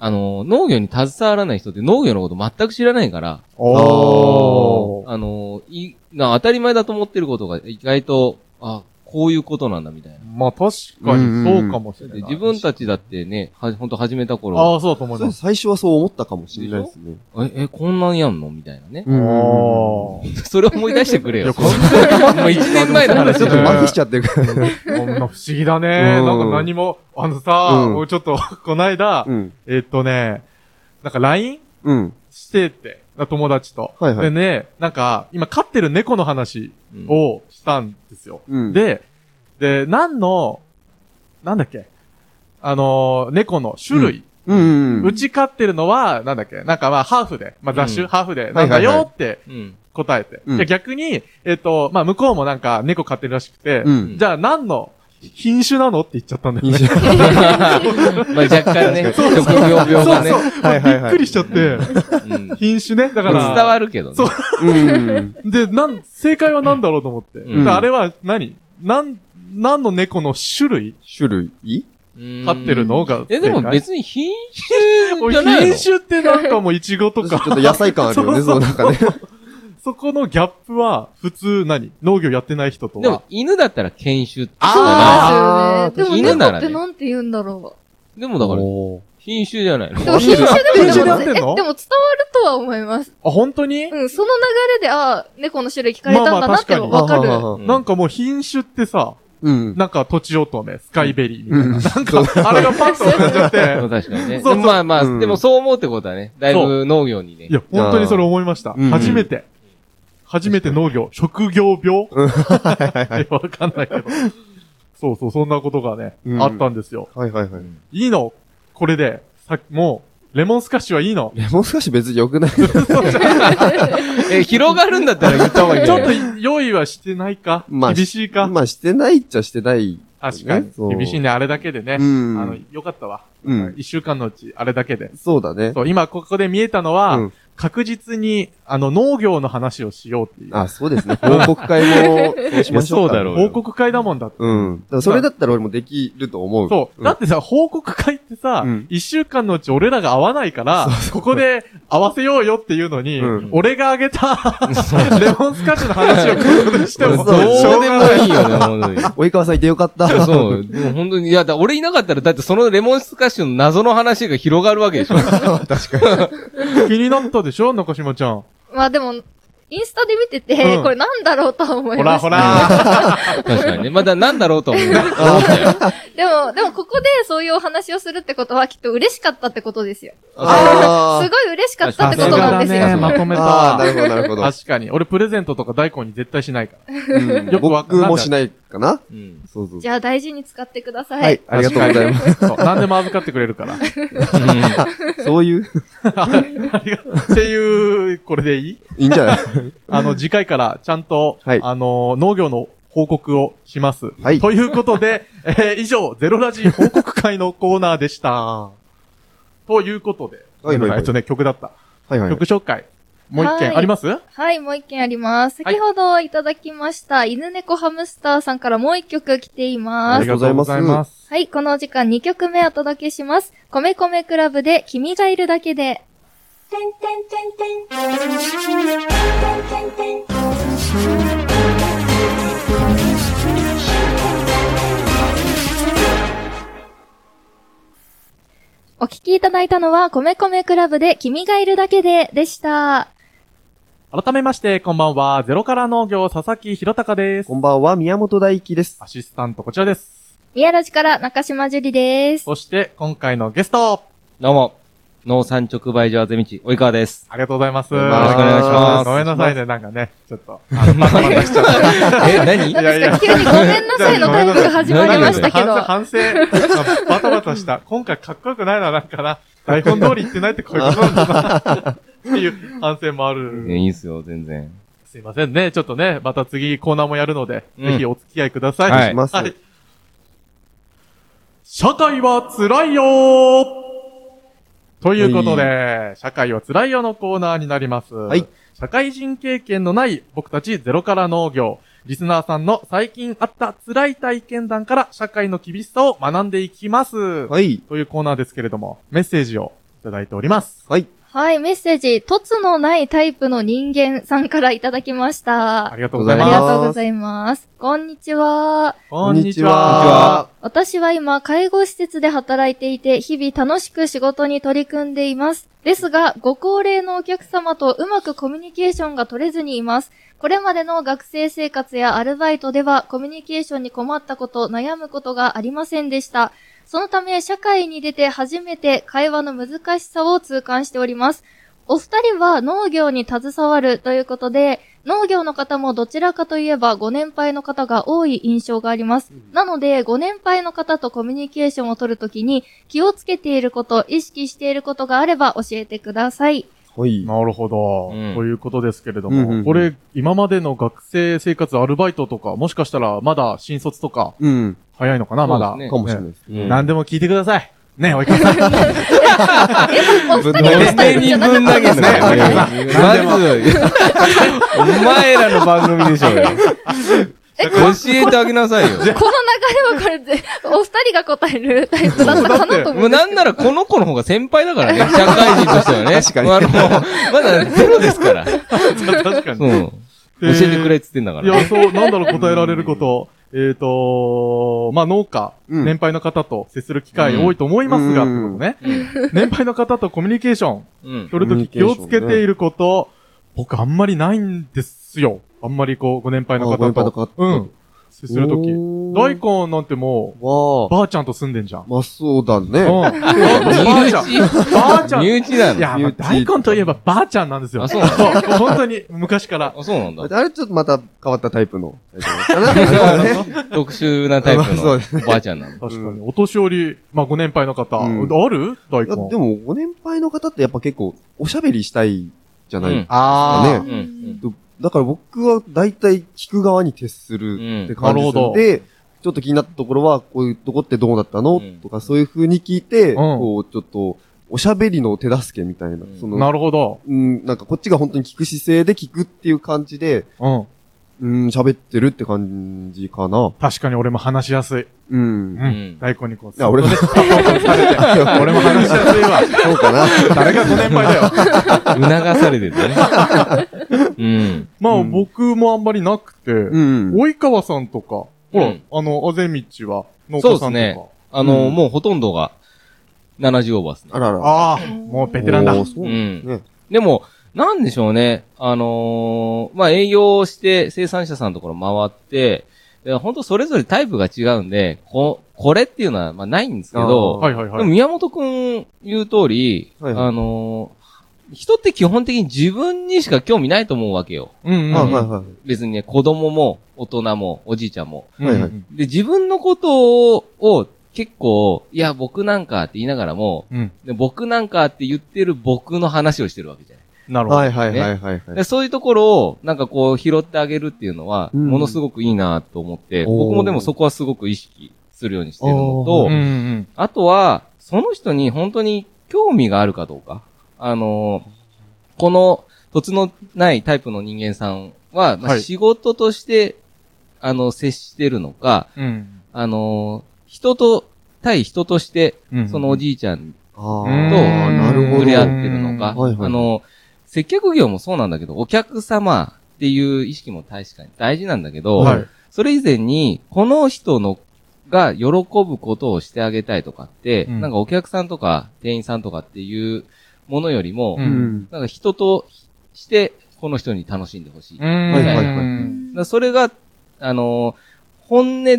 Speaker 4: あの、農業に携わらない人って農業のこと全く知らないから、
Speaker 1: おー。
Speaker 4: あの、い、な当たり前だと思ってることが意外と、あ、こういうことなんだみたいな。
Speaker 1: まあ確かにそうかもしれない。
Speaker 4: で自分たちだってね、は、ほんと始めた頃、
Speaker 1: ああ、そうだと思い
Speaker 2: そう
Speaker 1: ます。
Speaker 2: 最初はそう思ったかもしれないですね。
Speaker 4: え、え、こんなんやんのみたいなね。
Speaker 2: うん
Speaker 1: おー。
Speaker 4: それを思い出してくれよ。
Speaker 1: いや
Speaker 4: もう 一年前の話
Speaker 2: ちょっ
Speaker 4: だ
Speaker 2: と
Speaker 4: よ。
Speaker 2: 麻痺しちゃってるから。
Speaker 1: こんな不思議だね。
Speaker 2: うん
Speaker 1: なんか何も、あのさ、
Speaker 2: うん
Speaker 1: 俺ちょっと、 こないだ、
Speaker 2: うん。
Speaker 1: えっとね、なんか LINE
Speaker 2: うん。
Speaker 1: してって、友達と。
Speaker 2: はいは
Speaker 1: で
Speaker 2: い
Speaker 1: ね、なんか、今飼ってる猫の話
Speaker 4: うん
Speaker 1: をしたんですよ。
Speaker 2: うん。、
Speaker 1: で、で、何の、なんだっけ、あのー猫の種類、
Speaker 2: うんうん。
Speaker 1: うち飼ってるのは、なんだっけなんかまあ、ハーフで。まあ、雑種、
Speaker 4: うん
Speaker 1: ハーフで。なんだよって
Speaker 4: うん。
Speaker 1: 答えて。
Speaker 2: うん
Speaker 1: じゃあ逆に、えっ、と、まあ、向こうもなんか猫飼ってるらしくて、
Speaker 2: うん。
Speaker 1: じゃあ何の品種なのって言っちゃったんだよ
Speaker 2: 飲
Speaker 1: ね。
Speaker 2: 酒
Speaker 4: まあ若干ね、
Speaker 1: そうそう
Speaker 4: 職業病がね。
Speaker 2: はいはい
Speaker 1: びっ
Speaker 2: は
Speaker 1: く
Speaker 2: い。
Speaker 1: りしちゃって、
Speaker 4: うん
Speaker 1: 品種ね。だか
Speaker 4: 伝
Speaker 1: ら、
Speaker 4: わるけどね。
Speaker 1: そう
Speaker 2: うん。
Speaker 1: で、なん、正解は何だろうと思って。
Speaker 4: うん
Speaker 1: であれは何なん、何の猫の種類
Speaker 2: 種類
Speaker 4: うん
Speaker 1: 飼ってるのが
Speaker 4: え、でも別に品種
Speaker 1: 俺
Speaker 4: じゃないの
Speaker 1: 品種ってなんかもうイチゴと
Speaker 2: ちょっ
Speaker 1: か、
Speaker 2: と野菜感あるよね、
Speaker 1: そ
Speaker 2: そうの中ね。
Speaker 1: そこのギャップは、普通何農業やってない人と
Speaker 4: でも
Speaker 1: は。
Speaker 4: 犬だったら犬種って言う
Speaker 1: あ
Speaker 4: か
Speaker 2: あー
Speaker 3: そうですよね。でも
Speaker 4: 犬な
Speaker 3: 猫
Speaker 4: ら
Speaker 3: っ
Speaker 4: ね
Speaker 3: てなんて言うんだろ
Speaker 4: ら。でもだから、品種じゃないの
Speaker 3: う。でも品種で
Speaker 1: 品
Speaker 3: も
Speaker 1: 種で合
Speaker 3: でも
Speaker 1: っ
Speaker 3: え
Speaker 1: てん
Speaker 3: で
Speaker 1: の
Speaker 3: も伝わるとは思います。
Speaker 1: あ、本当に
Speaker 3: うん、その流れで、ああ、猫の種類聞かれたんだなって
Speaker 1: まあ
Speaker 3: わ
Speaker 1: ま
Speaker 3: かる。
Speaker 2: あははは
Speaker 4: うん
Speaker 1: なんかもう品種ってさ、
Speaker 2: うん。
Speaker 1: なんか、土地乙女、スカイベリーみたいな。
Speaker 2: うん
Speaker 1: なんか、あれがパッと浮かんじゃっ て。
Speaker 4: 確かにね。
Speaker 1: そうそう
Speaker 4: まあまあ、
Speaker 2: うん
Speaker 4: でもそう思うってことはね、だいぶ農業にね
Speaker 1: い。や、本当にそれ思いました。
Speaker 2: うん
Speaker 1: 初めて。初めて農業、職業病いや わかんないけど。そうそう、そんなことがね、
Speaker 2: うん
Speaker 1: あったんですよ。
Speaker 2: はいはいはい。
Speaker 1: いいのこれで、さもう、レモンスカッシュはいいの
Speaker 2: レモンスカッシュ別に良くない
Speaker 4: え、広がるんだったら言った方がいいん
Speaker 1: ち
Speaker 4: じゃ
Speaker 1: ょ
Speaker 4: な
Speaker 1: っ
Speaker 4: い
Speaker 1: と用意はしてないか、
Speaker 2: まあ
Speaker 1: 厳しいか、
Speaker 2: まあしてないっちゃしてない。
Speaker 1: 確かに
Speaker 2: ね。そう
Speaker 1: 厳しいね、あれだけでね。
Speaker 2: うん
Speaker 1: あの、よかったわ。
Speaker 2: う
Speaker 1: 一、
Speaker 2: ん。
Speaker 1: 週間のうち、あれだけで。
Speaker 2: そうだね。
Speaker 1: そう、今ここで見えたのは、
Speaker 2: うん
Speaker 1: 確実に、あの、農業の話をしようっていう。
Speaker 2: あ、そうですね。報告会も、そうしましょうか。
Speaker 4: いやそうだろ
Speaker 1: 報告会だもんだって。
Speaker 2: うん。だからそれだったら俺もできると思う。
Speaker 1: そう。
Speaker 2: ん
Speaker 1: だってさ、報告会ってさ
Speaker 2: うん、
Speaker 1: 一、週間のうち俺らが合わないから、ここで合わせようよっていうのに、
Speaker 2: うん
Speaker 1: 俺があげた、 レモンスカッシュの話をここでしても、
Speaker 2: そう
Speaker 1: しょ
Speaker 4: どう
Speaker 1: う
Speaker 4: で
Speaker 1: が
Speaker 4: も
Speaker 1: ない
Speaker 4: いいよね、本当に。
Speaker 2: 及川さんいてよかった。
Speaker 4: そう。でも本当に、いや、だ俺いなかったら、だってそのレモンスカッシュの謎の話が広がるわけでしょ。
Speaker 1: 気になったでしょ中島ちゃん。
Speaker 3: まあでも、インスタで見てて、
Speaker 1: うん
Speaker 3: これなんだろうとは思い
Speaker 1: ほ
Speaker 3: ま
Speaker 1: ら
Speaker 3: し
Speaker 1: ほ
Speaker 3: た。
Speaker 1: ら。
Speaker 4: 確かにね。まだなんだろうと思う。
Speaker 3: でも、でもここでそういうお話をするってことはきっと嬉しかったってことですよ。
Speaker 2: あ
Speaker 3: す
Speaker 2: ー
Speaker 3: ごい嬉しかったってことなんです
Speaker 1: さすがだね
Speaker 3: よ。
Speaker 1: まとめた
Speaker 2: あ
Speaker 1: わ
Speaker 2: ー、なるほど、なるほど。
Speaker 1: 確かに。俺プレゼントとか大根に絶対しないから。
Speaker 2: うん
Speaker 1: よくわか
Speaker 2: 僕
Speaker 1: んない
Speaker 2: もしないかな
Speaker 4: うん
Speaker 2: そうそう。
Speaker 3: じゃあ大事に使ってください。
Speaker 2: はい、ありがとうございます。
Speaker 1: す。そう何でも預かってくれるから。
Speaker 2: そういう、
Speaker 1: ありがとうっていう、これでいい
Speaker 2: いいんじゃ ない
Speaker 1: あの、次回からちゃんと、
Speaker 2: はい
Speaker 1: あの、農業の報告をします。
Speaker 2: はい
Speaker 1: ということで、えー以上、ゼロラジ報告会のコーナーでした。ということで、
Speaker 2: はいはいはい
Speaker 1: えっとね、曲だった。
Speaker 2: はいはい。
Speaker 1: 曲紹介。もう一
Speaker 3: は
Speaker 1: 件
Speaker 3: い
Speaker 1: あります、
Speaker 3: はい、もう一件あります。
Speaker 1: はい
Speaker 3: 先ほどいただきました、犬猫ハムスターさんからもう一曲来てい
Speaker 1: あ
Speaker 3: ま
Speaker 1: り
Speaker 3: す。
Speaker 1: がとうございます。
Speaker 3: はい、このお時間2曲目お届けします。米米クラブで君がいるだけで。お聞きいただいたのは、米米クラブで君がいるだけででした。
Speaker 1: 改めまして、こんばんは。ゼロから農業、佐々木弘隆です
Speaker 2: こ。んばんは、宮本大輝です。
Speaker 1: アシスタント、こちらです。
Speaker 3: 宮ラジから中島樹里です。
Speaker 1: そして、今回のゲスト、
Speaker 4: どうも、農産直売所あぜ道、及川です。
Speaker 1: ありがとうございます。
Speaker 2: よろ
Speaker 4: しくお願いします
Speaker 1: ごめんなさいね、なんかね、ちょっ と。
Speaker 4: え、何
Speaker 1: いやいや
Speaker 3: 急にごめんなさいのタイプが始まりましたけど。
Speaker 1: 反省、反省。バタバタした。今回かっこよくないな、なんかな。台本通り言ってないってこういうことなんだな。っていう反省もあ
Speaker 4: いや
Speaker 1: る。
Speaker 4: いいっすよ、全然。
Speaker 1: すいませんね。ちょっとね、また次コーナーもやるので、
Speaker 4: うん
Speaker 1: ぜひお付き合いください。
Speaker 4: はい
Speaker 2: します。
Speaker 1: はい社会は辛いよーということで、社会は辛いよのコーナーになります。
Speaker 2: い
Speaker 1: 社会人経験のない僕たちゼロから農業、リスナーさんの最近あった辛い体験談から社会の厳しさを学んでいきます。
Speaker 2: はい。
Speaker 1: というコーナーですけれども、メッセージをいただいております。
Speaker 2: はい。
Speaker 3: はい、メッセージ、凸のないタイプの人間さんからいただきました。
Speaker 1: あ
Speaker 3: あ
Speaker 1: りがとうござい
Speaker 3: り
Speaker 1: ます。
Speaker 3: がとうございます。こんにちは。
Speaker 1: こ
Speaker 3: 私は今、介護施設で働いていて、日々楽しく仕事に取り組んでいます。ですが、ご高齢のお客様とうまくコミュニケーションが取れずにいます。これまでの学生生活やアルバイトでは、コミュニケーションに困ったこと、悩むことがありませんでした。そのため、社会に出て初めて会話の難しさを痛感しております。お二人は農業に携わるということで、農業の方もどちらかといえばご年配の方が多い印象があります。なので、ご年配の方とコミュニケーションを取るときに気をつけていること、意識していることがあれば教えてください。
Speaker 2: はい。
Speaker 1: なるほど、
Speaker 4: うん
Speaker 1: ということですけれど
Speaker 2: うんうんう
Speaker 1: も、
Speaker 2: ん
Speaker 1: これ、今までの学生生活、アルバイトとか、もしかしたら、まだ新卒とか、
Speaker 2: うん。か
Speaker 1: 早いのかな、まだ。
Speaker 4: そうですね
Speaker 2: もしれないです。
Speaker 4: うん
Speaker 1: 何でも聞いてください。ね、おいか さん。
Speaker 3: お二人のスタイルじゃなかったん です
Speaker 4: ま
Speaker 3: ね。
Speaker 4: ず、お前らの番組でしょうよ。教えてあげなさいよ。
Speaker 3: この流れはこれで、お二人が答えるタイプだったかなと思
Speaker 4: も
Speaker 3: う
Speaker 4: う。なんならこの子の方が先輩だから ね、社会人としてはね。
Speaker 2: 確かに
Speaker 4: あの、まだゼロですから。そう。
Speaker 1: 確かに。
Speaker 4: 教えてくれっつってんだか
Speaker 1: い
Speaker 4: ら。
Speaker 1: や、そう、なんだろう、答えられること。えっと、まあ、農家、
Speaker 2: うん
Speaker 1: 年配の方と接する機会多いと思いますが、ってこと
Speaker 2: うん
Speaker 1: ね。年配の方とコミュニケーション、
Speaker 4: うん。
Speaker 1: 取るとき気をつけていること、僕あんまりないんですよ。あんまりこう、ご年配の方
Speaker 2: あご年配の
Speaker 1: と
Speaker 2: 方。
Speaker 1: うん。接するとき。大根なんてもう、
Speaker 2: は、
Speaker 1: ばあちゃんと住んでんじゃん。
Speaker 2: まあそうだ
Speaker 1: うん。
Speaker 2: ね。
Speaker 1: ばあちゃん。ばあちゃん。い
Speaker 4: 身内なの
Speaker 1: や、まあ大根といえばばあちゃんなんですよ。
Speaker 4: あそうな
Speaker 1: そう 本当に、昔から。
Speaker 4: あ、そうなんだ。
Speaker 2: あれちょっとまた変わったタイプの。ね
Speaker 4: 特殊なタイプ
Speaker 2: まあそう
Speaker 4: のおばあちゃんなの。
Speaker 1: 確かに。お年寄り、まあご年配の方、
Speaker 2: うん
Speaker 1: ある大
Speaker 2: いや
Speaker 1: 根
Speaker 2: で。も、ご年配の方ってやっぱ結構、おしゃべりしたいじゃない。
Speaker 4: うん
Speaker 1: あ
Speaker 2: ね
Speaker 4: うんうん。
Speaker 2: とだから僕は大体聞く側に徹するって感じでする
Speaker 1: うん
Speaker 2: ので、ちょっと気になったところは、こういうとこってどうだったの、
Speaker 4: うん
Speaker 2: とか、そういう風に聞いて、
Speaker 1: ん
Speaker 2: こう、ちょっと、おしゃべりの手助けみたいな、
Speaker 4: ん
Speaker 2: そ
Speaker 1: あ。な
Speaker 2: の、
Speaker 1: るほど。
Speaker 2: うん、なんかこっちが本当に聞く姿勢で聞くっていう感じで、
Speaker 1: うん。
Speaker 2: うん、喋ってるって感じかな。
Speaker 1: 確かに俺も話しやすい。
Speaker 2: う。
Speaker 1: うんん。大根にこう。
Speaker 2: いや、俺が、
Speaker 1: 俺も話しや すいわ。
Speaker 2: そうかな。
Speaker 1: 誰がご年配だよ。
Speaker 4: 促されてるね。 うん。
Speaker 1: まあ
Speaker 2: うん
Speaker 1: 僕もあんまりなくて、
Speaker 2: うん。
Speaker 1: 及川さんとか、ほ
Speaker 4: う
Speaker 1: ら
Speaker 4: ん、
Speaker 1: あの、あぜ道は農家さ
Speaker 4: そうんです
Speaker 1: と
Speaker 4: ね
Speaker 1: か。
Speaker 4: あの、
Speaker 2: うん
Speaker 4: もうほとんどが70オーバーですね。
Speaker 2: あらあら。
Speaker 1: ああ、もうベテランだ。う
Speaker 2: おー
Speaker 1: ん
Speaker 2: そう
Speaker 4: う
Speaker 2: ね。
Speaker 4: ん。でも、なんでしょうね。あのーまあ、営業して生産者さんのところ回って、本当それぞれタイプが違うんで、こ、これっていうのは、まあ、ないんですけど、
Speaker 1: はいはい
Speaker 4: で
Speaker 1: は
Speaker 4: も
Speaker 1: い。
Speaker 4: 宮本くん言う通り、
Speaker 2: はいはい
Speaker 4: あのー人って基本的に自分にしか興味ないと思うわけよ。
Speaker 1: うんうん
Speaker 2: はいはいはい。
Speaker 4: 別にね、子供も、大人も、おじいちゃんも。
Speaker 1: うん
Speaker 2: はいはい
Speaker 4: で、自分のことを、を結構、いや、僕なんかって言いながらも、
Speaker 1: うん。
Speaker 4: で僕なんかって言ってる僕の話をしてるわけじゃない。
Speaker 1: なるほど。
Speaker 2: はいはいはいはいはい。
Speaker 4: でそういうところを、なんかこう、拾ってあげるっていうのは、
Speaker 2: うん
Speaker 4: ものすごくいいなと思って、
Speaker 2: おー
Speaker 4: 僕もでもそこはすごく意識するようにしてるのと、
Speaker 1: うんうん
Speaker 4: あとは、その人に本当に興味があるかどうか。あのーこの、とつのないタイプの人間さんは、まあ
Speaker 1: はい
Speaker 4: 仕事として、あの、接してるのか、
Speaker 1: うん。
Speaker 4: あのー人と、対人として、
Speaker 1: うん。
Speaker 4: そのおじいちゃん
Speaker 2: あ
Speaker 1: と、
Speaker 2: あ、なるほど
Speaker 4: 触れ合ってるのか、
Speaker 2: はいはい
Speaker 4: あの、接客業もそうなんだけど、お客様っていう意識も確かに大事なんだけど、
Speaker 1: はい。
Speaker 4: それ以前に、この人の、が喜ぶことをしてあげたいとかって、
Speaker 1: うん
Speaker 4: なんかお客さんとか店員さんとかっていうものよりも、
Speaker 1: う
Speaker 2: うん。
Speaker 4: なんか人として、この人に楽しんでほしい。だか
Speaker 1: ん
Speaker 2: はいはいは
Speaker 4: らそれが、あの、本音で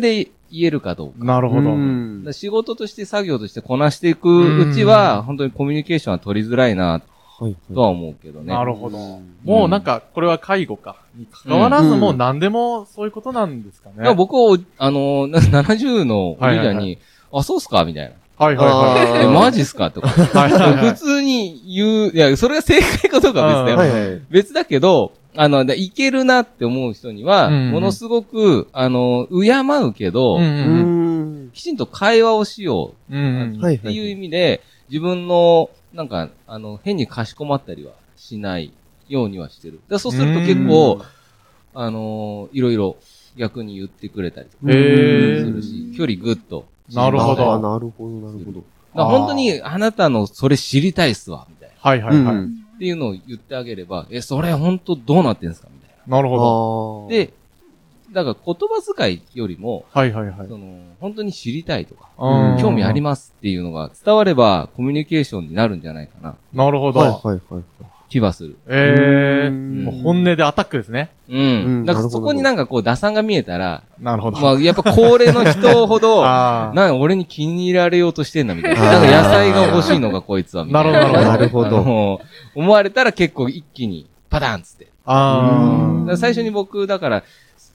Speaker 4: 言えるかどうか。
Speaker 1: なるほど。
Speaker 4: だから仕事として作業としてこなしていくうちは、本当にコミュニケーションは取りづらいな
Speaker 2: はい
Speaker 4: とは思うけどね。
Speaker 1: なるほど。もうなんか、これは介護か。に関わらず、もう何でもそういうことなんですかね。
Speaker 4: だから僕を、あの、な70のおじいちゃ
Speaker 1: はい
Speaker 4: ん
Speaker 1: はい
Speaker 4: に、あ、そうっすかみたい
Speaker 1: はいはい
Speaker 2: あ
Speaker 1: は
Speaker 2: ー
Speaker 4: な。え、マジっすかとか。
Speaker 1: い。はいはいは
Speaker 4: 普
Speaker 1: い。
Speaker 4: 通に言う、いや、それが正解かどうかは別だ
Speaker 1: うん。
Speaker 4: よ
Speaker 2: はいはい。
Speaker 4: 別だけど、あの、だいけるなって思う人には、
Speaker 1: うんうん
Speaker 4: ものすごく、あの、敬うけど、
Speaker 1: うんう
Speaker 2: う
Speaker 1: ん
Speaker 2: ん。
Speaker 4: きちんと会話をしよ
Speaker 1: うんうん。
Speaker 2: は
Speaker 4: う
Speaker 2: い
Speaker 4: って
Speaker 2: はい
Speaker 4: いう
Speaker 2: い。
Speaker 4: 意味で、自分の、なんか、あの、変にかしこまったりはしないようにはしてる。だからそうすると結構、あの、いろいろ逆に言ってくれたりとか
Speaker 1: へ
Speaker 4: す
Speaker 1: ー
Speaker 4: るし、距離ぐっと。
Speaker 1: なるほど
Speaker 2: あーなるほど、なるほど。
Speaker 4: だから本当に、あなたのそれ知りたいっすわ、みたいな。
Speaker 1: はいはいは
Speaker 2: う
Speaker 1: い。
Speaker 2: ん
Speaker 4: っていうのを言ってあげれば、え、それ本当どうなってんすかみたい
Speaker 1: なる
Speaker 2: あ
Speaker 1: ほど。
Speaker 2: ー
Speaker 4: な。、で、だから言葉遣いよりも、
Speaker 1: はいはいはい。
Speaker 4: その、本当に知りたいとか、
Speaker 1: うん
Speaker 4: 興味ありますっていうのが伝われば、コミュニケーションになるんじゃないかな、
Speaker 1: なるほ
Speaker 2: はい
Speaker 1: ど。
Speaker 2: はいはい。
Speaker 4: 気はする。
Speaker 1: ええ。
Speaker 2: うん
Speaker 1: もう本音でアタックですね。
Speaker 4: う
Speaker 2: うん
Speaker 4: ん。だか
Speaker 2: なるほ
Speaker 4: ら
Speaker 2: ど
Speaker 4: そこになんかこう、打算が見え たら、
Speaker 1: なるほど。
Speaker 4: まあ、やっぱ高齢の人ほど、なん
Speaker 1: あ
Speaker 4: か俺に気に入られようとしてんだみたいな。
Speaker 2: あー
Speaker 4: なんか野菜が欲しいのがこいつは、みたい
Speaker 1: なるほど
Speaker 2: なるほど
Speaker 4: あの思われたら結構一気に、パターンっつって。
Speaker 1: あ。あ
Speaker 2: う
Speaker 4: だ
Speaker 2: ん
Speaker 4: から最初に僕、だから、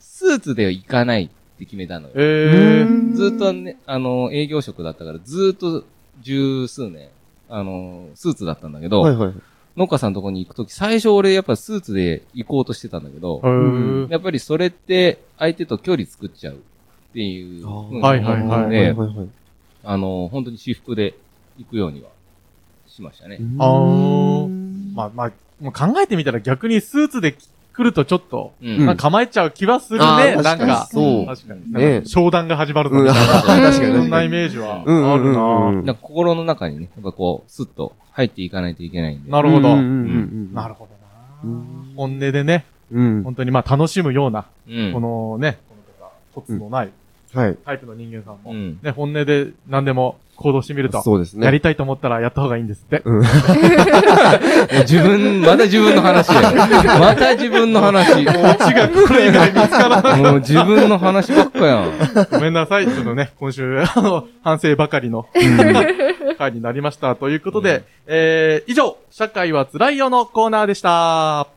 Speaker 4: スーツでは行かないって決めたのよ。
Speaker 1: ええ。
Speaker 4: ずーっとね、あの、営業職だったから、ずーっと十数年、あの、スーツだったんだけど、
Speaker 2: はいはい。
Speaker 4: 農家さんのとこに行くとき、最初俺やっぱスーツで行こうとしてたんだけど、
Speaker 1: うん
Speaker 4: やっぱりそれって相手と距離作っちゃうっていう
Speaker 2: あー
Speaker 4: の
Speaker 1: はいはいはい
Speaker 4: の
Speaker 1: ね
Speaker 4: で、
Speaker 2: はいはい。
Speaker 4: あの、本当に私服で行くようにはしましたね。
Speaker 1: あー
Speaker 2: ま
Speaker 1: まあまあ、もう考えてみたら逆にスーツで来るとちょっと、
Speaker 4: うん
Speaker 1: なんか構えちゃう気はする
Speaker 2: あ
Speaker 1: ね。
Speaker 2: ー
Speaker 1: なんか。
Speaker 2: そう。
Speaker 1: 確かに。
Speaker 2: ね
Speaker 1: なんか商談が始まると
Speaker 2: うん
Speaker 1: か。
Speaker 2: 確
Speaker 4: かに
Speaker 1: そ
Speaker 4: 確かに
Speaker 1: んなイメージはあ
Speaker 2: うんうん
Speaker 1: る
Speaker 2: うんう。
Speaker 1: なん
Speaker 4: なんか心の中にね、やっぱこう、スッと入っていかないといけないんで。
Speaker 1: なるほど。な
Speaker 2: な
Speaker 1: るほ
Speaker 2: う
Speaker 1: どな。
Speaker 2: ん
Speaker 1: 本音でね、
Speaker 2: うん。
Speaker 1: 本当にまあ楽しむような、
Speaker 4: うん
Speaker 1: このね、この方、コツのない
Speaker 2: はい。
Speaker 1: タイプの人間さんも
Speaker 4: う、ん。
Speaker 1: ね、本音で何でも行動してみると。
Speaker 2: そうですね。
Speaker 1: やりたいと思ったらやった方がいいんです って。
Speaker 4: もう自分、また自分の話だよ。 また自分の話。
Speaker 1: もうオチがこれ以外見つからない。
Speaker 4: もう自分の話ばっかやん。
Speaker 1: ごめんなさい。ちょっとね、今週、あの、反省ばかりの回になりました。ということで、えー、以上、社会は辛いよのコーナーでした。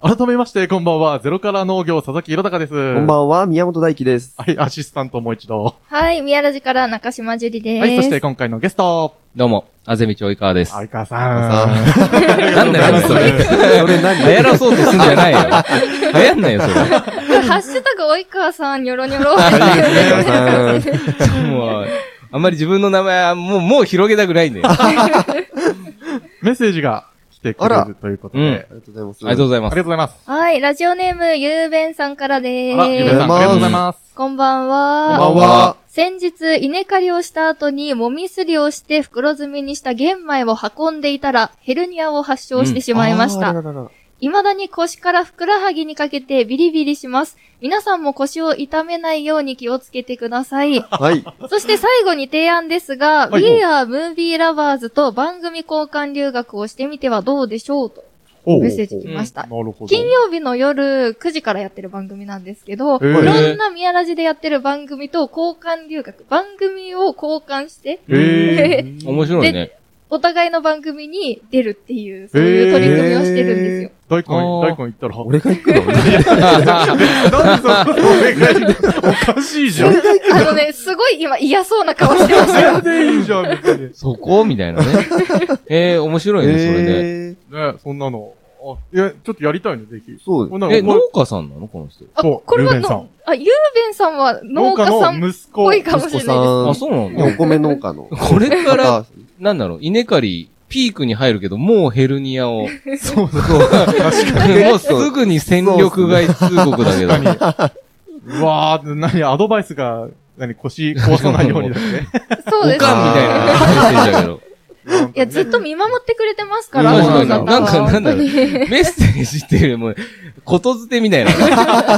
Speaker 1: 改めまして、こんばんは。ゼロから農業、佐々木弘隆です。
Speaker 2: こんばんは、宮本大輝です。
Speaker 1: はい、アシスタントもう一度。
Speaker 3: はい、宮ラジから中島樹里です。
Speaker 1: はい、そして今回のゲスト、
Speaker 4: どうも、あぜみちおいかわです。
Speaker 1: 相川さん。
Speaker 4: なんだよ、
Speaker 2: 何
Speaker 4: そ
Speaker 2: そ
Speaker 4: れ。
Speaker 2: れそれ何
Speaker 4: 流行らそうとすんじゃないよ。流行んないよ、それ。
Speaker 3: ハッシュタグ、及川さん、ニョロニョロ。
Speaker 2: いいですね
Speaker 4: もう、あんまり自分の名前は、もう、もう広げたくないんだよ。あ
Speaker 1: メッセージが来てく
Speaker 2: あ
Speaker 1: れ
Speaker 2: ら
Speaker 1: るということ
Speaker 4: うん
Speaker 1: で、
Speaker 2: ありがとうございます。
Speaker 4: りがとうござい
Speaker 1: あ
Speaker 4: ま
Speaker 1: りが
Speaker 4: す。
Speaker 1: とうございます。
Speaker 3: はい、ラジオネーム、ゆうべんさんからで
Speaker 1: あら、ゆめさん、
Speaker 3: す。
Speaker 1: ありがとうございます。
Speaker 3: こんばん
Speaker 2: こ
Speaker 3: は。
Speaker 2: んばんは。
Speaker 3: 先日、稲刈りをした後に、もみすりをして袋詰めにした玄米を運んでいたら、ヘルニアを発症してしまいました。
Speaker 2: あらららら
Speaker 3: 未だに腰からふくらはぎにかけてビリビリします。皆さんも腰を痛めないように気をつけてくだ さい。
Speaker 2: はい。
Speaker 3: そして最後に提案ですが、
Speaker 1: はい
Speaker 3: We are Movie Lovers と番組交換留学をしてみてはどうでしょうと
Speaker 1: おう
Speaker 3: メッセージ来ました。
Speaker 1: なるほど。
Speaker 3: 金曜日の夜9時からやってる番組なんですけど、
Speaker 1: へー
Speaker 3: いろんな宮ラジでやってる番組と交換留学、番組を交換して、
Speaker 1: へ
Speaker 4: 面白いね。
Speaker 3: お互いの番組に出るっていう、そういう取り組みをしてるんですよ。
Speaker 1: 大根、
Speaker 4: あー
Speaker 1: 大根行ったら。
Speaker 2: 俺が行くの
Speaker 1: なんでそのおかしいじゃん。
Speaker 3: あのね、すごい今嫌そうな顔してましたよ。
Speaker 1: 全然いいじゃん、別に。
Speaker 4: そこみたいな ね。えー、面白いね、それで。
Speaker 2: えー
Speaker 1: ね、そんなの。あ、いや、ちょっとやりたいね、ぜひ。
Speaker 2: そう
Speaker 1: こ
Speaker 2: で
Speaker 1: んなの、
Speaker 4: え、
Speaker 1: こ
Speaker 4: 農
Speaker 1: れ
Speaker 4: 家さんなのこの人。
Speaker 3: あ、
Speaker 1: そう
Speaker 3: これは
Speaker 1: ゆうべんさん
Speaker 3: の、あ、ゆうべんさんは農家さんっ
Speaker 1: の息子
Speaker 3: ぽ。いかもしれ
Speaker 2: 息子
Speaker 3: ない
Speaker 2: さん
Speaker 4: あ、そうなの
Speaker 2: す。お米農家の。
Speaker 4: これから、
Speaker 2: 方
Speaker 4: なんだろう、稲刈り、ピークに入るけど、もうヘルニア を。
Speaker 1: そうそう。
Speaker 4: もうすぐに戦力外通告だけど。
Speaker 1: 確かに。うわー、何、アドバイスが、何、腰壊さないようにだって。
Speaker 3: です。そ
Speaker 4: お
Speaker 3: う
Speaker 4: かん
Speaker 3: で
Speaker 4: み
Speaker 2: ね
Speaker 3: す。
Speaker 4: たいなメッセージだけど。
Speaker 3: いや、ずっと見守ってくれてますから、
Speaker 4: うん
Speaker 3: お
Speaker 1: 確か
Speaker 3: 母さ
Speaker 1: に
Speaker 3: んは
Speaker 4: なんかなんだろう
Speaker 3: 本当に
Speaker 4: メッセージっていうよりも、ことづてみたいな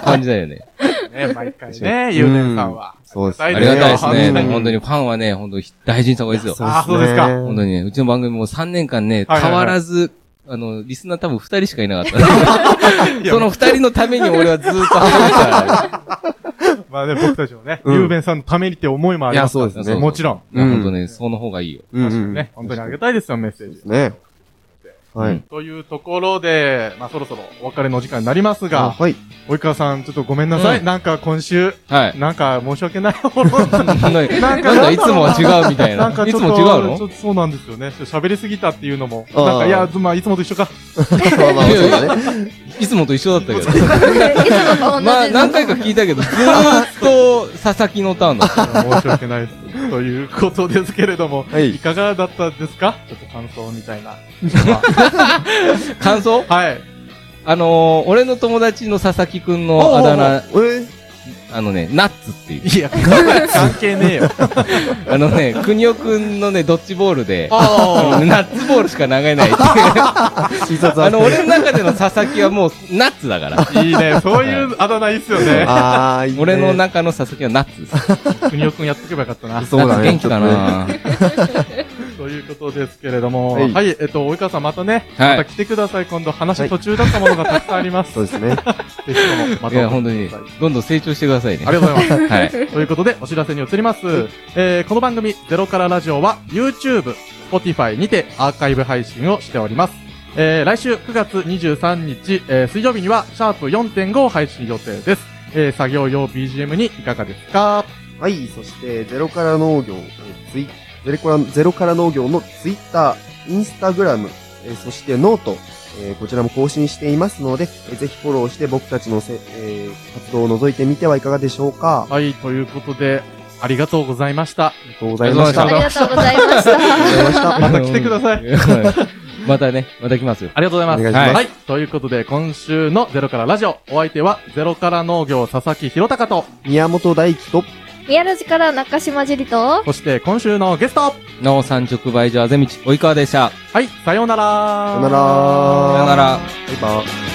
Speaker 4: 感じだよね。
Speaker 1: ね、毎回ね、ゆうねんさんは。
Speaker 2: そうですね。
Speaker 1: あ
Speaker 4: ありがたいです
Speaker 1: う
Speaker 4: ね。
Speaker 1: ん
Speaker 4: 本当にファンはね、本当に大事にした方がいいですよ。
Speaker 1: あそうですか
Speaker 4: 本当にね、うちの番組も3年間ね、
Speaker 1: はいはいはい
Speaker 4: 変わらず、あの、リスナー多分2人しかいなかっ た。その2人のために俺はずっと話して
Speaker 1: まあね、僕たちもね、
Speaker 2: うん
Speaker 1: ゆうべんさんのためにって思いもありますから
Speaker 2: いやそうです
Speaker 4: ね
Speaker 1: もちろん。
Speaker 4: た。いや、本当ね、その方がいいよ。
Speaker 2: うんうん。
Speaker 1: ね、本当にありがたいですよ、メッセージ。
Speaker 2: ね。は
Speaker 4: うん
Speaker 2: い。
Speaker 1: というところで、まあそろそろお別れの時間になります
Speaker 2: あ
Speaker 1: が、
Speaker 2: はい。
Speaker 1: 及川さん、ちょっとごめんなさい。
Speaker 4: う
Speaker 1: なんか今週、
Speaker 4: はい。
Speaker 1: なんか申し訳 ない。な
Speaker 4: なんだ、なんだいつもは違うみたいな。
Speaker 1: んかち
Speaker 4: いつ
Speaker 1: ょっと、
Speaker 4: も違う
Speaker 1: ちょっと
Speaker 4: の
Speaker 1: そうなんですよね。ちょっと喋りすぎたっていうのも。
Speaker 2: あー
Speaker 1: なんか、いや、ずまあ、いつもと一緒か。
Speaker 2: まあまあ、そうだね。
Speaker 4: いつもと一緒だったけど。
Speaker 3: いつもと同じ
Speaker 4: まあ、何回か聞いたけど、ずーっと佐々木 のターンだった。
Speaker 1: 申し訳ないです。ということですけれども、
Speaker 2: はい
Speaker 1: い、かがだったですかちょっと感想みた いな。
Speaker 4: 感想
Speaker 1: はい。
Speaker 4: あのー、俺の友達の佐々木くんのあだ名、
Speaker 2: えー
Speaker 4: あのね、ナッツっていう。
Speaker 1: いや、関係ねえよ。
Speaker 4: あのね、くにおくんのね、ドッジボールで、
Speaker 1: あ
Speaker 4: あのナッツボールしか投げないっていう。
Speaker 2: 診察
Speaker 4: あの、俺の中での佐々木はもう、ナッツだから。
Speaker 1: あ。いいね。そういうあだ名いいっすよね。
Speaker 2: あーいいね
Speaker 4: 俺の中の佐々木はナッツです。
Speaker 1: くにおくんやっとけばよかったな。
Speaker 2: そうだね
Speaker 4: ナッツ元気かな
Speaker 1: ということですけれども、は、
Speaker 2: はいい
Speaker 1: えっと、及川さんまたね、
Speaker 4: はい
Speaker 1: また来てください。今度
Speaker 2: は
Speaker 1: 話
Speaker 2: い
Speaker 1: 途中だったものがたくさんあります。
Speaker 2: そうですね。
Speaker 1: ぜひともまたお越
Speaker 4: い
Speaker 1: し
Speaker 4: や、本当に
Speaker 1: ください、
Speaker 4: どんどん成長してくださいね。
Speaker 1: ありがとうございます。
Speaker 4: はい。
Speaker 1: ということで、お知らせに移ります。えー、この番組、ゼロからラジオは、YouTube、Spotify にてアーカイブ配信をしております。えー、来週9月23日、えー、水曜日には、シャープ4.5を配信予定です。えー、作業用 BGM にいかがですか
Speaker 2: はい、そして、ゼロから農業、えーツイゼロから、ゼロから農業のツイッター、インスタグラム、えーそしてノート、えーこちらも更新していますので、えーぜひフォローして僕たちのせ、えー活動を覗いてみてはいかがでしょうか。あ
Speaker 1: はい、ということで、ありがとうございました。
Speaker 2: りがとうございました
Speaker 4: あ
Speaker 3: あ
Speaker 4: り
Speaker 3: り
Speaker 4: が
Speaker 3: がとうございました。
Speaker 2: ありがとうございました。
Speaker 1: また来てください
Speaker 4: うん。またね、また来ますよ。
Speaker 1: ありがとうございます。
Speaker 2: お願いします
Speaker 1: はい。ということで、今週のゼロからラジオ、お相手は、ゼロから農業佐々木弘隆と、
Speaker 2: 宮本大輝と、
Speaker 3: 宮ラジから中島樹里と、
Speaker 1: そして今週のゲスト
Speaker 4: 農産直売所あぜ道、及川でした。
Speaker 1: はい、さようなら
Speaker 2: さよなら
Speaker 4: さよなら。
Speaker 2: バイバイ。